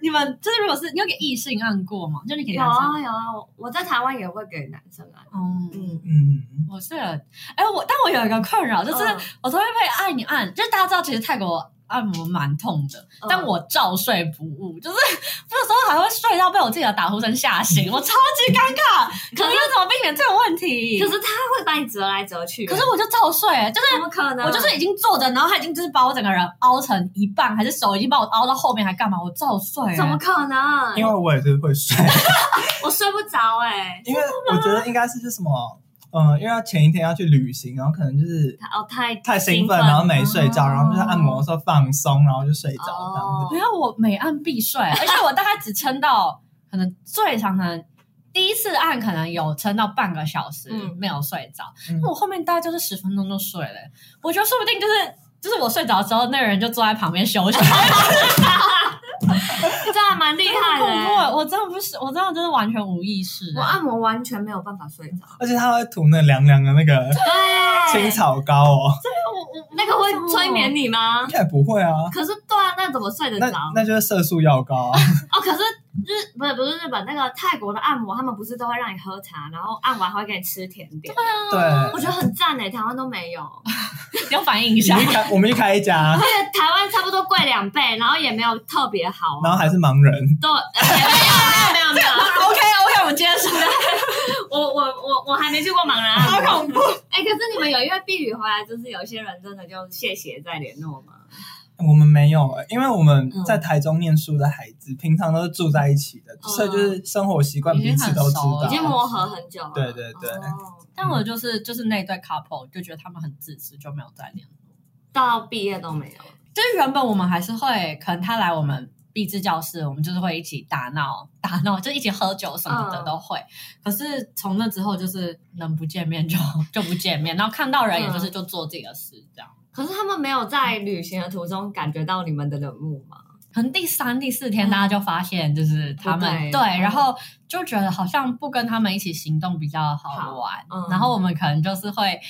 [SPEAKER 4] 你们就是如果是你有给异性按过吗？就你给
[SPEAKER 3] 有
[SPEAKER 4] 男生？
[SPEAKER 3] 啊有啊，我我在台湾也会给男生啊。
[SPEAKER 4] 哦，
[SPEAKER 3] 嗯，
[SPEAKER 2] 嗯，
[SPEAKER 4] 我是，哎，我但我有一个困扰，就是
[SPEAKER 3] 嗯
[SPEAKER 4] 我都会被按一按，就是大家知道，其实泰国按摩蛮痛的，
[SPEAKER 3] 嗯
[SPEAKER 4] 但我照睡不误，就是有时候还会睡到被我自己的打呼声 吓醒，我超级尴尬。可是要怎么避免这种问题？
[SPEAKER 3] 可是他会把你折来折去，
[SPEAKER 4] 可是我就照睡，就是。
[SPEAKER 3] 怎么可能？
[SPEAKER 4] 我就是已经坐着，然后他已经就是把我整个人凹成一半，还是手已经把我凹到后面，还干嘛？我照睡、
[SPEAKER 3] 怎么可能？
[SPEAKER 2] 因为我也是会 睡，
[SPEAKER 3] 我睡不着哎、
[SPEAKER 2] 因为我觉得应该是是什么，嗯，因为他前一天要去旅行，然后可能就是
[SPEAKER 3] 他哦，太
[SPEAKER 2] 太兴
[SPEAKER 3] 兴
[SPEAKER 2] 奋，
[SPEAKER 3] 奋，
[SPEAKER 2] 然后没睡觉，
[SPEAKER 4] 哦
[SPEAKER 2] 然后就是按摩的时候放松，然后就睡着这样子。
[SPEAKER 3] 哦
[SPEAKER 4] 没有，我每按必睡，而且我大概只撑到可能最长可能第一次按可能有撑到半个小时、
[SPEAKER 3] 嗯
[SPEAKER 4] 没有睡着，
[SPEAKER 2] 嗯
[SPEAKER 4] 那我后面大概就是十分钟就睡了、我觉得说不定就是就是我睡着之后，那个人就坐在旁边休息，
[SPEAKER 3] 这还蛮厉害的、
[SPEAKER 4] 恐怖
[SPEAKER 3] 欸。
[SPEAKER 4] 了！我真的不是，我真的就是完全无意识、
[SPEAKER 3] 我按摩完全没有办法睡着，
[SPEAKER 2] 而且他会涂那凉凉的那个青
[SPEAKER 3] 对，
[SPEAKER 2] 草膏哦，
[SPEAKER 4] 我我
[SPEAKER 3] 那个会催眠你吗
[SPEAKER 2] 应？该也不会啊。
[SPEAKER 3] 可是对啊，那怎么睡得
[SPEAKER 2] 那
[SPEAKER 3] 着？
[SPEAKER 2] 那就是色素药膏 啊，
[SPEAKER 3] 哦，可是日不是不是日本那个泰国的按摩，他们不是都会让你喝茶，然后按完还会给你吃甜点，我
[SPEAKER 2] 对。
[SPEAKER 3] 觉得很赞诶，台湾都没有，
[SPEAKER 4] 要反应一
[SPEAKER 2] 我
[SPEAKER 4] 下
[SPEAKER 2] 们。去开，我们去开一家
[SPEAKER 3] 而，且台湾差不多贵两倍，然后也没有特别好
[SPEAKER 2] 然
[SPEAKER 3] 啊，
[SPEAKER 2] 后还是盲人，
[SPEAKER 3] 都呃没有没有没有没有没有，
[SPEAKER 4] OK OK，我们接受。
[SPEAKER 3] 我我我我还没去过盲人按摩，
[SPEAKER 4] 好恐怖！
[SPEAKER 3] 哎、可是你们有因为避雨回来，就是有些人真的就谢谢再联络吗？
[SPEAKER 2] 我们没有，欸因为我们
[SPEAKER 4] 嗯
[SPEAKER 2] 在台中念书的孩子，平常都是住在一起的，所以就是生活习惯彼此都知道
[SPEAKER 4] 已
[SPEAKER 3] 已经
[SPEAKER 4] 很熟了
[SPEAKER 3] 磨合很久了。
[SPEAKER 2] 对对对
[SPEAKER 3] 哦
[SPEAKER 4] 但我就是就是那一对 couple，就觉得他们很自私，就没有再联络。
[SPEAKER 3] 到毕业都没有。
[SPEAKER 4] 就是原本我们还是会，可能他来我们必知教室，我们就是会一起打闹打闹，就一起喝酒什么的
[SPEAKER 3] 嗯
[SPEAKER 4] 都会。可是从那之后，就是能不见面就就不见面，然后看到人也就是
[SPEAKER 3] 嗯
[SPEAKER 4] 就做自己的事，这样。
[SPEAKER 3] 可是他们没有在旅行的途中感觉到你们的冷漠吗？
[SPEAKER 4] 可能第三、第四天，大家就发现就是他
[SPEAKER 3] 嗯
[SPEAKER 4] 们、
[SPEAKER 3] 不对
[SPEAKER 4] 对，
[SPEAKER 3] 嗯
[SPEAKER 4] 然后就觉得好像不跟他们一起行动比较好玩。
[SPEAKER 3] 好嗯
[SPEAKER 4] 然后我们可能就是会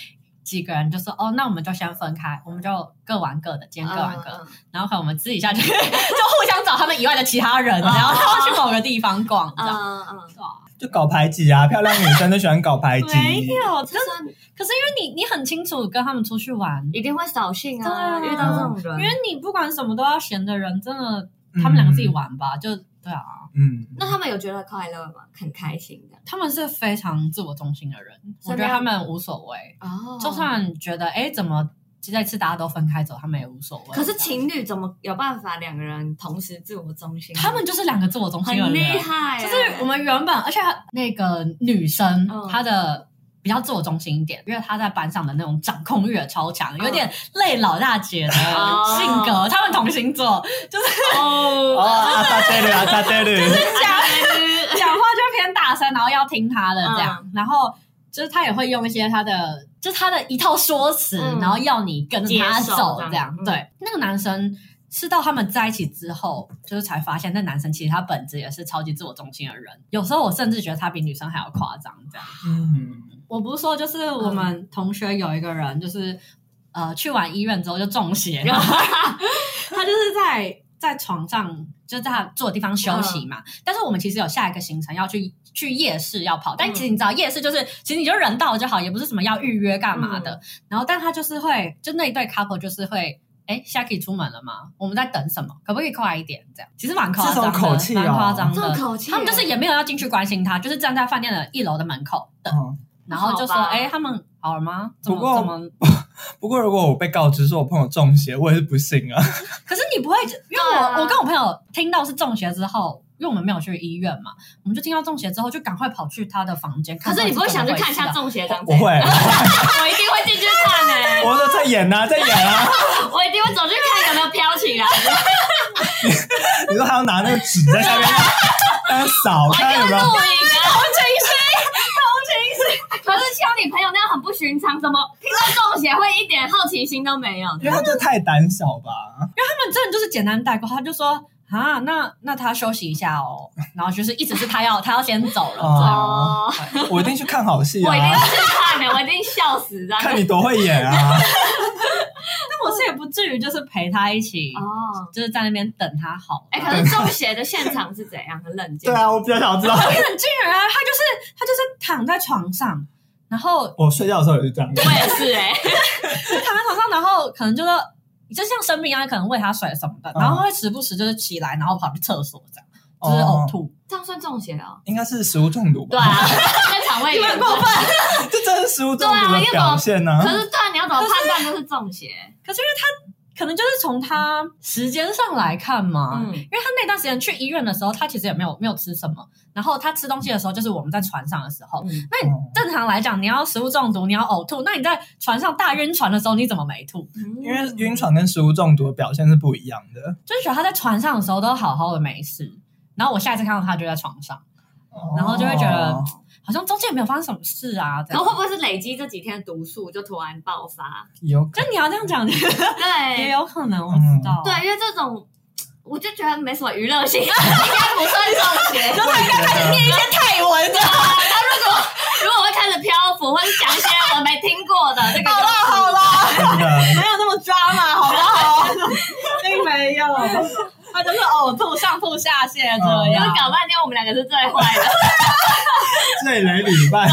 [SPEAKER 4] 几个人就说哦，那我们就先分开，我们就各玩各的，今天各玩各的。
[SPEAKER 3] 嗯
[SPEAKER 4] 然后可能我们私底 下就就互相找他们以外的其他人，然后他们去某个地方逛，这样。
[SPEAKER 3] 哦嗯嗯，
[SPEAKER 4] 对啊
[SPEAKER 2] 就搞排挤啊，漂亮女生都喜欢搞排挤，
[SPEAKER 4] 没有，
[SPEAKER 3] 就
[SPEAKER 4] 可
[SPEAKER 3] 算
[SPEAKER 4] 可是因为你你很清楚跟他们出去玩，
[SPEAKER 3] 一定会扫兴
[SPEAKER 4] 对
[SPEAKER 3] 啊，
[SPEAKER 4] 啊
[SPEAKER 3] 遇到这种人。
[SPEAKER 4] 因为你不管什么都要闲的人，真的
[SPEAKER 2] 嗯
[SPEAKER 4] 他们两个自己，玩吧，就对啊，
[SPEAKER 2] 嗯，
[SPEAKER 3] 那他们有觉得快乐吗？很开心的。
[SPEAKER 4] 他们是非常自我中心的人，我
[SPEAKER 3] 怎么样
[SPEAKER 4] 觉得他们无所谓，
[SPEAKER 3] 哦
[SPEAKER 4] 就算觉得哎怎么这次大家都分开走，他们也无所谓。
[SPEAKER 3] 可是
[SPEAKER 4] 这样
[SPEAKER 3] 情侣怎么有办法两个人同时自我中心呢？
[SPEAKER 4] 他们就是两个自我中心的
[SPEAKER 3] 很
[SPEAKER 4] 人，啊
[SPEAKER 3] 厉害欸，
[SPEAKER 4] 就是我们原本，而且那个女生、
[SPEAKER 3] 嗯
[SPEAKER 4] 她的比较自我中心一点，因为她在班上的那种掌控欲也超强，有点累老大姐的
[SPEAKER 3] 嗯哦
[SPEAKER 4] 性格。他们同 星座，
[SPEAKER 2] 哦，
[SPEAKER 3] 哦，
[SPEAKER 2] 阿萨德鲁，阿萨德鲁，
[SPEAKER 4] 讲话就偏大声，然后要听她的这样，
[SPEAKER 3] 嗯
[SPEAKER 4] 然后就是她也会用一些她的。就是她的一套说辞，
[SPEAKER 3] 嗯
[SPEAKER 4] 然后要你跟着她
[SPEAKER 3] 接受
[SPEAKER 4] 走，
[SPEAKER 3] 这
[SPEAKER 4] 这样
[SPEAKER 3] 样嗯
[SPEAKER 4] 对。那个男生是到他们在一起之后，就是才发现，那男生其实他本质也是超级自我中心的人。有时候我甚至觉得他比女生还要夸张，这样。
[SPEAKER 2] 嗯，
[SPEAKER 4] 我不是说，就是我们同学有一个人，就是、呃，去完医院之后就中邪，然后他就是在在床上，就在他坐的地方休息嘛。
[SPEAKER 2] 嗯
[SPEAKER 4] 但是我们其实有下一个行程要去去夜市要跑，
[SPEAKER 2] 嗯
[SPEAKER 4] 但其实你知道夜市就是，其实你就人到了就好，也不是什么要预约干嘛
[SPEAKER 2] 嗯
[SPEAKER 4] 的。然后，但他就是会，就那一对 couple 就是会。哎，现在可以出门了吗？我们在等什么？可不可以快一点？这样其实蛮夸张的，
[SPEAKER 2] 这种口气哦
[SPEAKER 4] 蛮 夸张
[SPEAKER 3] 这
[SPEAKER 4] 的
[SPEAKER 3] 种。口气，
[SPEAKER 4] 他们就是也没有要进去关心他，就是站在饭店的一楼的门口等，
[SPEAKER 2] 嗯
[SPEAKER 4] 然后就说：“
[SPEAKER 3] 好吧
[SPEAKER 4] 哎、他们好了吗？怎么
[SPEAKER 2] 不过
[SPEAKER 4] 怎么
[SPEAKER 2] 不过如果我被告知说我朋友中邪，我也是不信啊，？”
[SPEAKER 4] 可是你不会，因为
[SPEAKER 3] 对
[SPEAKER 4] 我、
[SPEAKER 3] 啊
[SPEAKER 4] 我跟我朋友听到是中邪之后，因为我们没有去医院嘛，我们就听到中邪之后就赶快跑去他的房间。
[SPEAKER 3] 可是你不会想去看一下啊
[SPEAKER 4] 中？
[SPEAKER 3] 中邪长怎
[SPEAKER 2] 我
[SPEAKER 3] 样？
[SPEAKER 2] 会，
[SPEAKER 3] 我一定会进去看 诶、
[SPEAKER 2] 我说在演呐，在演啊，
[SPEAKER 3] 我一定会走去看有没有飘起 来。
[SPEAKER 2] 你说还要拿那个纸在下面， 呃扫
[SPEAKER 3] 我一
[SPEAKER 2] 看
[SPEAKER 3] 定
[SPEAKER 2] 有
[SPEAKER 3] 会
[SPEAKER 2] 没
[SPEAKER 3] 录
[SPEAKER 2] 有。
[SPEAKER 3] 影啊！
[SPEAKER 4] 同
[SPEAKER 3] 可是像你朋友那样很不寻常，怎么听到中邪会一点好奇心都没有？
[SPEAKER 2] 因为他这太胆小吧，
[SPEAKER 4] 他们真的就是简单带过，他就说。啊，那那他休息一下哦，然后就是一直是他要他要先走了， 这样
[SPEAKER 2] 哦
[SPEAKER 3] 哦，
[SPEAKER 2] 我一定去看好戏
[SPEAKER 3] 欸我一定
[SPEAKER 2] 啊
[SPEAKER 3] 要，去看的、我一定笑死这样
[SPEAKER 2] 看你多会演啊！
[SPEAKER 4] 我是也不至于就是陪他一起，
[SPEAKER 3] 哦，
[SPEAKER 4] 就是在那边等他好。
[SPEAKER 3] 哎，可是中邪的现场是怎样？很冷静。
[SPEAKER 2] 对啊，我比较想知道，
[SPEAKER 4] 很惊人啊！他就是他就是躺在床上，然后
[SPEAKER 2] 我睡觉的时候也是这样。
[SPEAKER 3] 我也是哎，
[SPEAKER 4] 就躺在床上，然后可能就是就像生病一样，可能喂他水什么的，
[SPEAKER 2] 嗯
[SPEAKER 4] 然后会时不时就是起来，然后跑去厕所这样，
[SPEAKER 2] 哦
[SPEAKER 4] 就是呕吐。
[SPEAKER 3] 这样算中邪了哦。
[SPEAKER 2] 应该是食物中毒吧？
[SPEAKER 3] 对啊，在肠胃炎。
[SPEAKER 4] 过
[SPEAKER 3] 分。
[SPEAKER 2] 这真的是食物中毒的表现呢、
[SPEAKER 3] 可是对啊，你要怎么判断这是中邪？
[SPEAKER 4] 可是因为他可能就是从他时间上来看嘛，
[SPEAKER 3] 嗯
[SPEAKER 4] 因为他那段时间去医院的时候，他其实也没有没有吃什么，然后他吃东西的时候就是我们在船上的时候。
[SPEAKER 3] 嗯
[SPEAKER 4] 那你正常来讲，你要食物中毒，你要呕吐，那你在船上大晕船的时候，你怎么没吐？
[SPEAKER 2] 因
[SPEAKER 3] 嗯
[SPEAKER 2] 为晕船跟食物中毒的表现是不一样的。
[SPEAKER 4] 就是觉得他在船上的时候都好好的没事，然后我下一次看到他就在床上，然后就会觉得
[SPEAKER 2] 哦
[SPEAKER 4] 好像中间也没有发生什么事啊。这
[SPEAKER 3] 然后
[SPEAKER 4] 样
[SPEAKER 3] 会不会是累积这几天的毒素就突然爆发？
[SPEAKER 2] 有可
[SPEAKER 4] 就你要这样讲， 也
[SPEAKER 3] 对
[SPEAKER 4] 有可能，我知道。
[SPEAKER 3] 对，因为这种我就觉得没什么娱乐性， 应该不算中 邪。
[SPEAKER 4] 就他应
[SPEAKER 2] 啊
[SPEAKER 4] 该开始念一些泰文的，
[SPEAKER 3] 如果会开始漂浮，或是讲一些我没听过的，那个
[SPEAKER 4] 好啦
[SPEAKER 3] 就
[SPEAKER 4] 好啦，
[SPEAKER 2] 能的。
[SPEAKER 4] 没有那么抓嘛，好不好？ 并没有，他就是呕吐、上吐下泻这
[SPEAKER 3] 因为
[SPEAKER 4] 样。
[SPEAKER 3] 搞半天我们两个是最坏 的，
[SPEAKER 2] 最雷礼拜，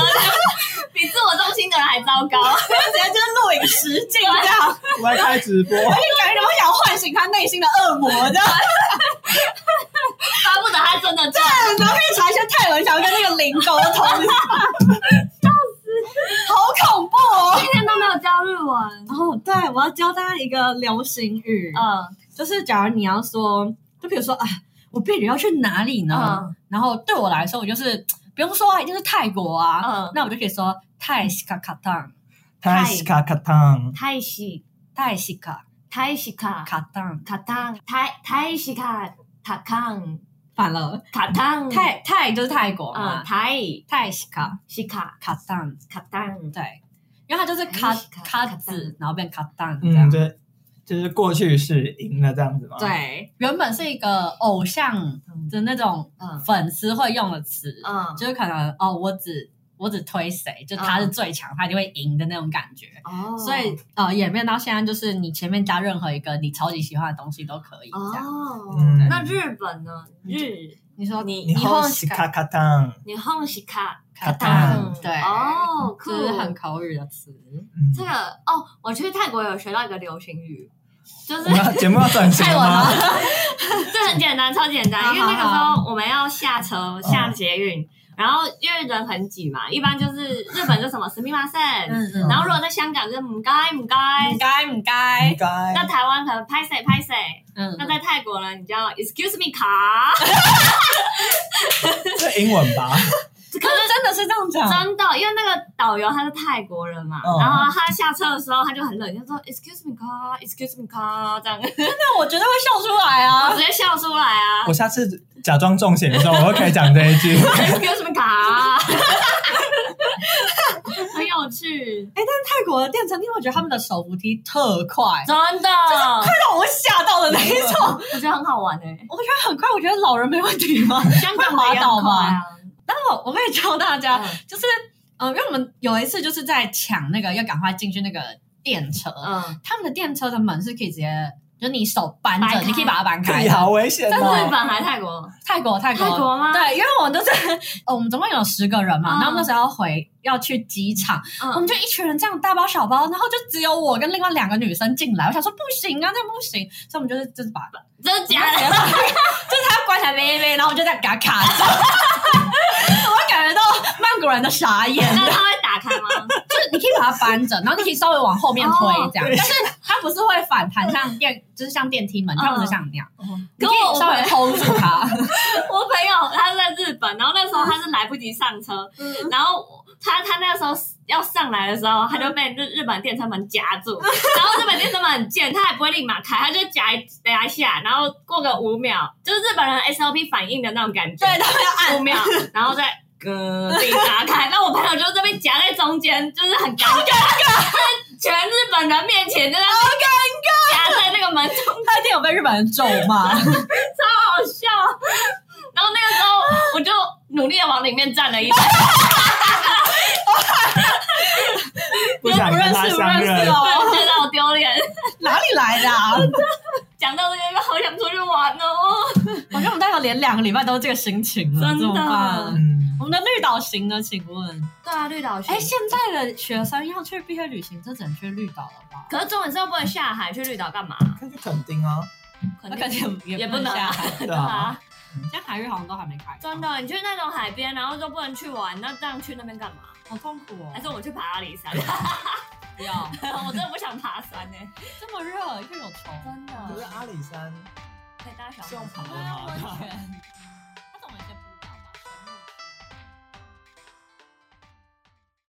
[SPEAKER 3] 比自我中心的人还糟糕。
[SPEAKER 4] 直接就是录影实境这样，
[SPEAKER 2] 我要开直播，
[SPEAKER 4] 感觉我想唤醒他内心的恶魔这样。
[SPEAKER 3] 巴不得他真的中。
[SPEAKER 4] 然后开始查一些泰文，想要跟那个灵沟通。笑死， 好恐怖哦！
[SPEAKER 3] 今天都没有教日文。
[SPEAKER 4] 哦，对，我要教大家一个流行语，
[SPEAKER 3] 嗯
[SPEAKER 4] 就是假如你要说，就比如说啊，我避雨要去哪里呢？
[SPEAKER 3] 嗯
[SPEAKER 4] 然后对我来说，我就是不用说啊，一定是泰国啊，
[SPEAKER 3] 嗯，
[SPEAKER 4] 那我就可以说泰西卡卡当，
[SPEAKER 2] 太西卡卡汤，
[SPEAKER 3] 泰西
[SPEAKER 4] 泰西卡
[SPEAKER 3] 泰西卡卡
[SPEAKER 4] 卡当，
[SPEAKER 3] 卡汤泰泰西卡卡康
[SPEAKER 4] 反了，
[SPEAKER 3] 卡汤
[SPEAKER 4] 泰泰就是泰国
[SPEAKER 3] 嗯
[SPEAKER 4] 嘛，
[SPEAKER 3] 泰
[SPEAKER 4] 泰西卡
[SPEAKER 3] 西卡
[SPEAKER 4] 卡当，
[SPEAKER 3] 卡汤
[SPEAKER 4] 对，因为它就是卡
[SPEAKER 3] 泰西卡
[SPEAKER 4] 卡
[SPEAKER 3] 卡
[SPEAKER 4] 字
[SPEAKER 3] 当，
[SPEAKER 4] 然后变卡当这样
[SPEAKER 2] 嗯，。对，就是过去式赢了这样子嘛。，
[SPEAKER 4] 对，原本是一个偶像的那种
[SPEAKER 3] 嗯
[SPEAKER 4] 粉丝会用的词，
[SPEAKER 3] 嗯
[SPEAKER 4] 就是可能哦，我只我只推谁，就他是最强，他就会赢的那种感觉。
[SPEAKER 3] 哦，
[SPEAKER 4] 所以呃，演变到现在，就是你前面加任何一个你超级喜欢的东西都可以这样。
[SPEAKER 3] 哦
[SPEAKER 2] 嗯，
[SPEAKER 3] 那日本呢？日
[SPEAKER 4] 你说你
[SPEAKER 2] 你好西卡卡汤，
[SPEAKER 3] 你红西卡
[SPEAKER 4] 卡
[SPEAKER 2] 当
[SPEAKER 4] 对，
[SPEAKER 3] 哦，
[SPEAKER 4] 这
[SPEAKER 3] 酷，
[SPEAKER 4] 是很口语的词。
[SPEAKER 2] 嗯
[SPEAKER 3] 这个哦，我去泰国有学到一个流行语，就是
[SPEAKER 2] 我们要节目要转型
[SPEAKER 3] 泰
[SPEAKER 2] 了
[SPEAKER 3] 文啊
[SPEAKER 2] 吗？，
[SPEAKER 3] 这很简单，超简单，
[SPEAKER 4] 好
[SPEAKER 3] 因为那个时
[SPEAKER 4] 好
[SPEAKER 3] 候我们要下车下捷运，然后因为人很挤嘛，一般就是日本就什么斯密马塞，
[SPEAKER 4] 嗯
[SPEAKER 3] 然后如果在香港就唔该唔该
[SPEAKER 4] 应，该应
[SPEAKER 2] 应
[SPEAKER 4] 该，
[SPEAKER 2] 该
[SPEAKER 3] 那台湾可能拍谁拍谁，
[SPEAKER 4] 嗯
[SPEAKER 3] 那在泰国呢，你叫 excuse me 卡，
[SPEAKER 2] 这英文吧？
[SPEAKER 4] 可是真的是这样讲，
[SPEAKER 3] 真的，因为那个导游他是泰国人嘛，
[SPEAKER 2] 嗯
[SPEAKER 3] 然后他下车的时候他就很冷，就说 excuse me 卡，excuse me 卡这样，
[SPEAKER 4] 那我绝对会笑出来
[SPEAKER 3] 我
[SPEAKER 4] 啊！
[SPEAKER 3] 直接笑出来啊
[SPEAKER 2] 我下次假装中邪的时候，我又可以讲这一句。
[SPEAKER 3] ，excuse me 卡， 很有趣。
[SPEAKER 4] 哎泰国的电车，因为我觉得他们的手扶梯特快，
[SPEAKER 3] 真的，
[SPEAKER 4] 让我吓到的那一种。
[SPEAKER 3] 我觉得很好玩哎、
[SPEAKER 4] 我觉得很快，我觉得老人没问题吗？
[SPEAKER 3] 香港的也很快啊，
[SPEAKER 4] 哦，我可以教大家，
[SPEAKER 3] 嗯
[SPEAKER 4] 就是呃，因为我们有一次就是在抢那个要赶快进去那个电车，
[SPEAKER 3] 嗯，
[SPEAKER 4] 他们的电车的门是可以直接，就是你手扳
[SPEAKER 3] 掰
[SPEAKER 4] 着，
[SPEAKER 3] 开
[SPEAKER 4] 你可以把它扳开
[SPEAKER 2] 你
[SPEAKER 4] 的。
[SPEAKER 2] 好危险
[SPEAKER 3] 嗯日
[SPEAKER 2] 哦！
[SPEAKER 3] 本还是泰国？
[SPEAKER 4] 泰国，泰国，
[SPEAKER 3] 泰国吗
[SPEAKER 4] 对，因为我们都是， 呃，我们总共有十个人嘛，
[SPEAKER 3] 嗯
[SPEAKER 4] 然后我们那时候要回要去机场，我
[SPEAKER 3] 嗯
[SPEAKER 4] 们就一群人这样大包小包，然后就只有我跟另外两个女生进来，我想说不行啊，这样不行，所以我们就是就是把，
[SPEAKER 3] 真的
[SPEAKER 4] 就是
[SPEAKER 3] 假的？
[SPEAKER 4] 他要关起来微微，然后我们就这样给他卡住， 我感觉到曼谷人的傻眼。
[SPEAKER 3] 那它会打开吗？
[SPEAKER 4] 就是你可以把它搬着，然后你可以稍微往后面推
[SPEAKER 3] 哦
[SPEAKER 4] 这样，但是它不是会反弹，像电就是像电梯门，它不是像那样，你
[SPEAKER 3] 跟
[SPEAKER 4] 可
[SPEAKER 3] 我
[SPEAKER 4] 以稍微 hold 住 它。
[SPEAKER 3] 我朋友他在日本，然后那时候他是来不及上车，然后他他那时候要上来的时候，他就被日日本电车门夹 住，然后日本电车门很贱，他也不会立马开，他就夹一夹一下，然后过个五秒，就是日本人 SOP 反应的那种感觉，
[SPEAKER 4] 对，他们要按
[SPEAKER 3] 五秒，然后再咯自己打开。那我朋友就这边夹在中间，就是很尴尬，在全日本人面前就在好尴尬，夹在那个门中，
[SPEAKER 4] 他一定有被日本人咒 骂，
[SPEAKER 3] 好笑。 然后那个时候我就努力的往里面站了一下，
[SPEAKER 2] 不想跟他相
[SPEAKER 4] 不认识
[SPEAKER 2] 认
[SPEAKER 4] 哦，
[SPEAKER 3] 对，觉得好丢脸。
[SPEAKER 4] 哪里里来的、啊？
[SPEAKER 3] 讲到这个，又好想出去玩哦。
[SPEAKER 4] 我觉得我们大概连两个礼拜都是这个心情了，
[SPEAKER 3] 真的
[SPEAKER 4] 怎么办？
[SPEAKER 2] 嗯
[SPEAKER 4] 我，们的绿岛行呢？请问，
[SPEAKER 3] 对啊，绿岛行。
[SPEAKER 4] 哎，现在的学生要去毕业旅行，这只能去绿岛了吧？
[SPEAKER 3] 可是重点是又不能下海去绿岛干嘛？
[SPEAKER 2] 可以去垦丁啊，
[SPEAKER 3] 肯
[SPEAKER 4] 那感觉
[SPEAKER 3] 也
[SPEAKER 4] 不
[SPEAKER 3] 不
[SPEAKER 4] 能
[SPEAKER 3] 能
[SPEAKER 4] 下
[SPEAKER 3] 啊
[SPEAKER 4] 海，
[SPEAKER 2] 对
[SPEAKER 3] 对
[SPEAKER 2] 啊，
[SPEAKER 3] 啊，
[SPEAKER 4] 现在海域好像都还没开，
[SPEAKER 3] 真，的，你去那种海边，然后都不能去玩，那这样去那边干嘛？
[SPEAKER 4] 好痛苦哦
[SPEAKER 3] 还！是我们去爬阿里山？
[SPEAKER 4] 不要
[SPEAKER 3] 我真的不想爬山呢、欸
[SPEAKER 4] 这么热又有虫，
[SPEAKER 3] 真的
[SPEAKER 2] 可是阿里山
[SPEAKER 3] 可以搭小
[SPEAKER 2] 是用
[SPEAKER 3] 孩
[SPEAKER 2] 爬的
[SPEAKER 4] 温
[SPEAKER 2] 吗？
[SPEAKER 4] 泉。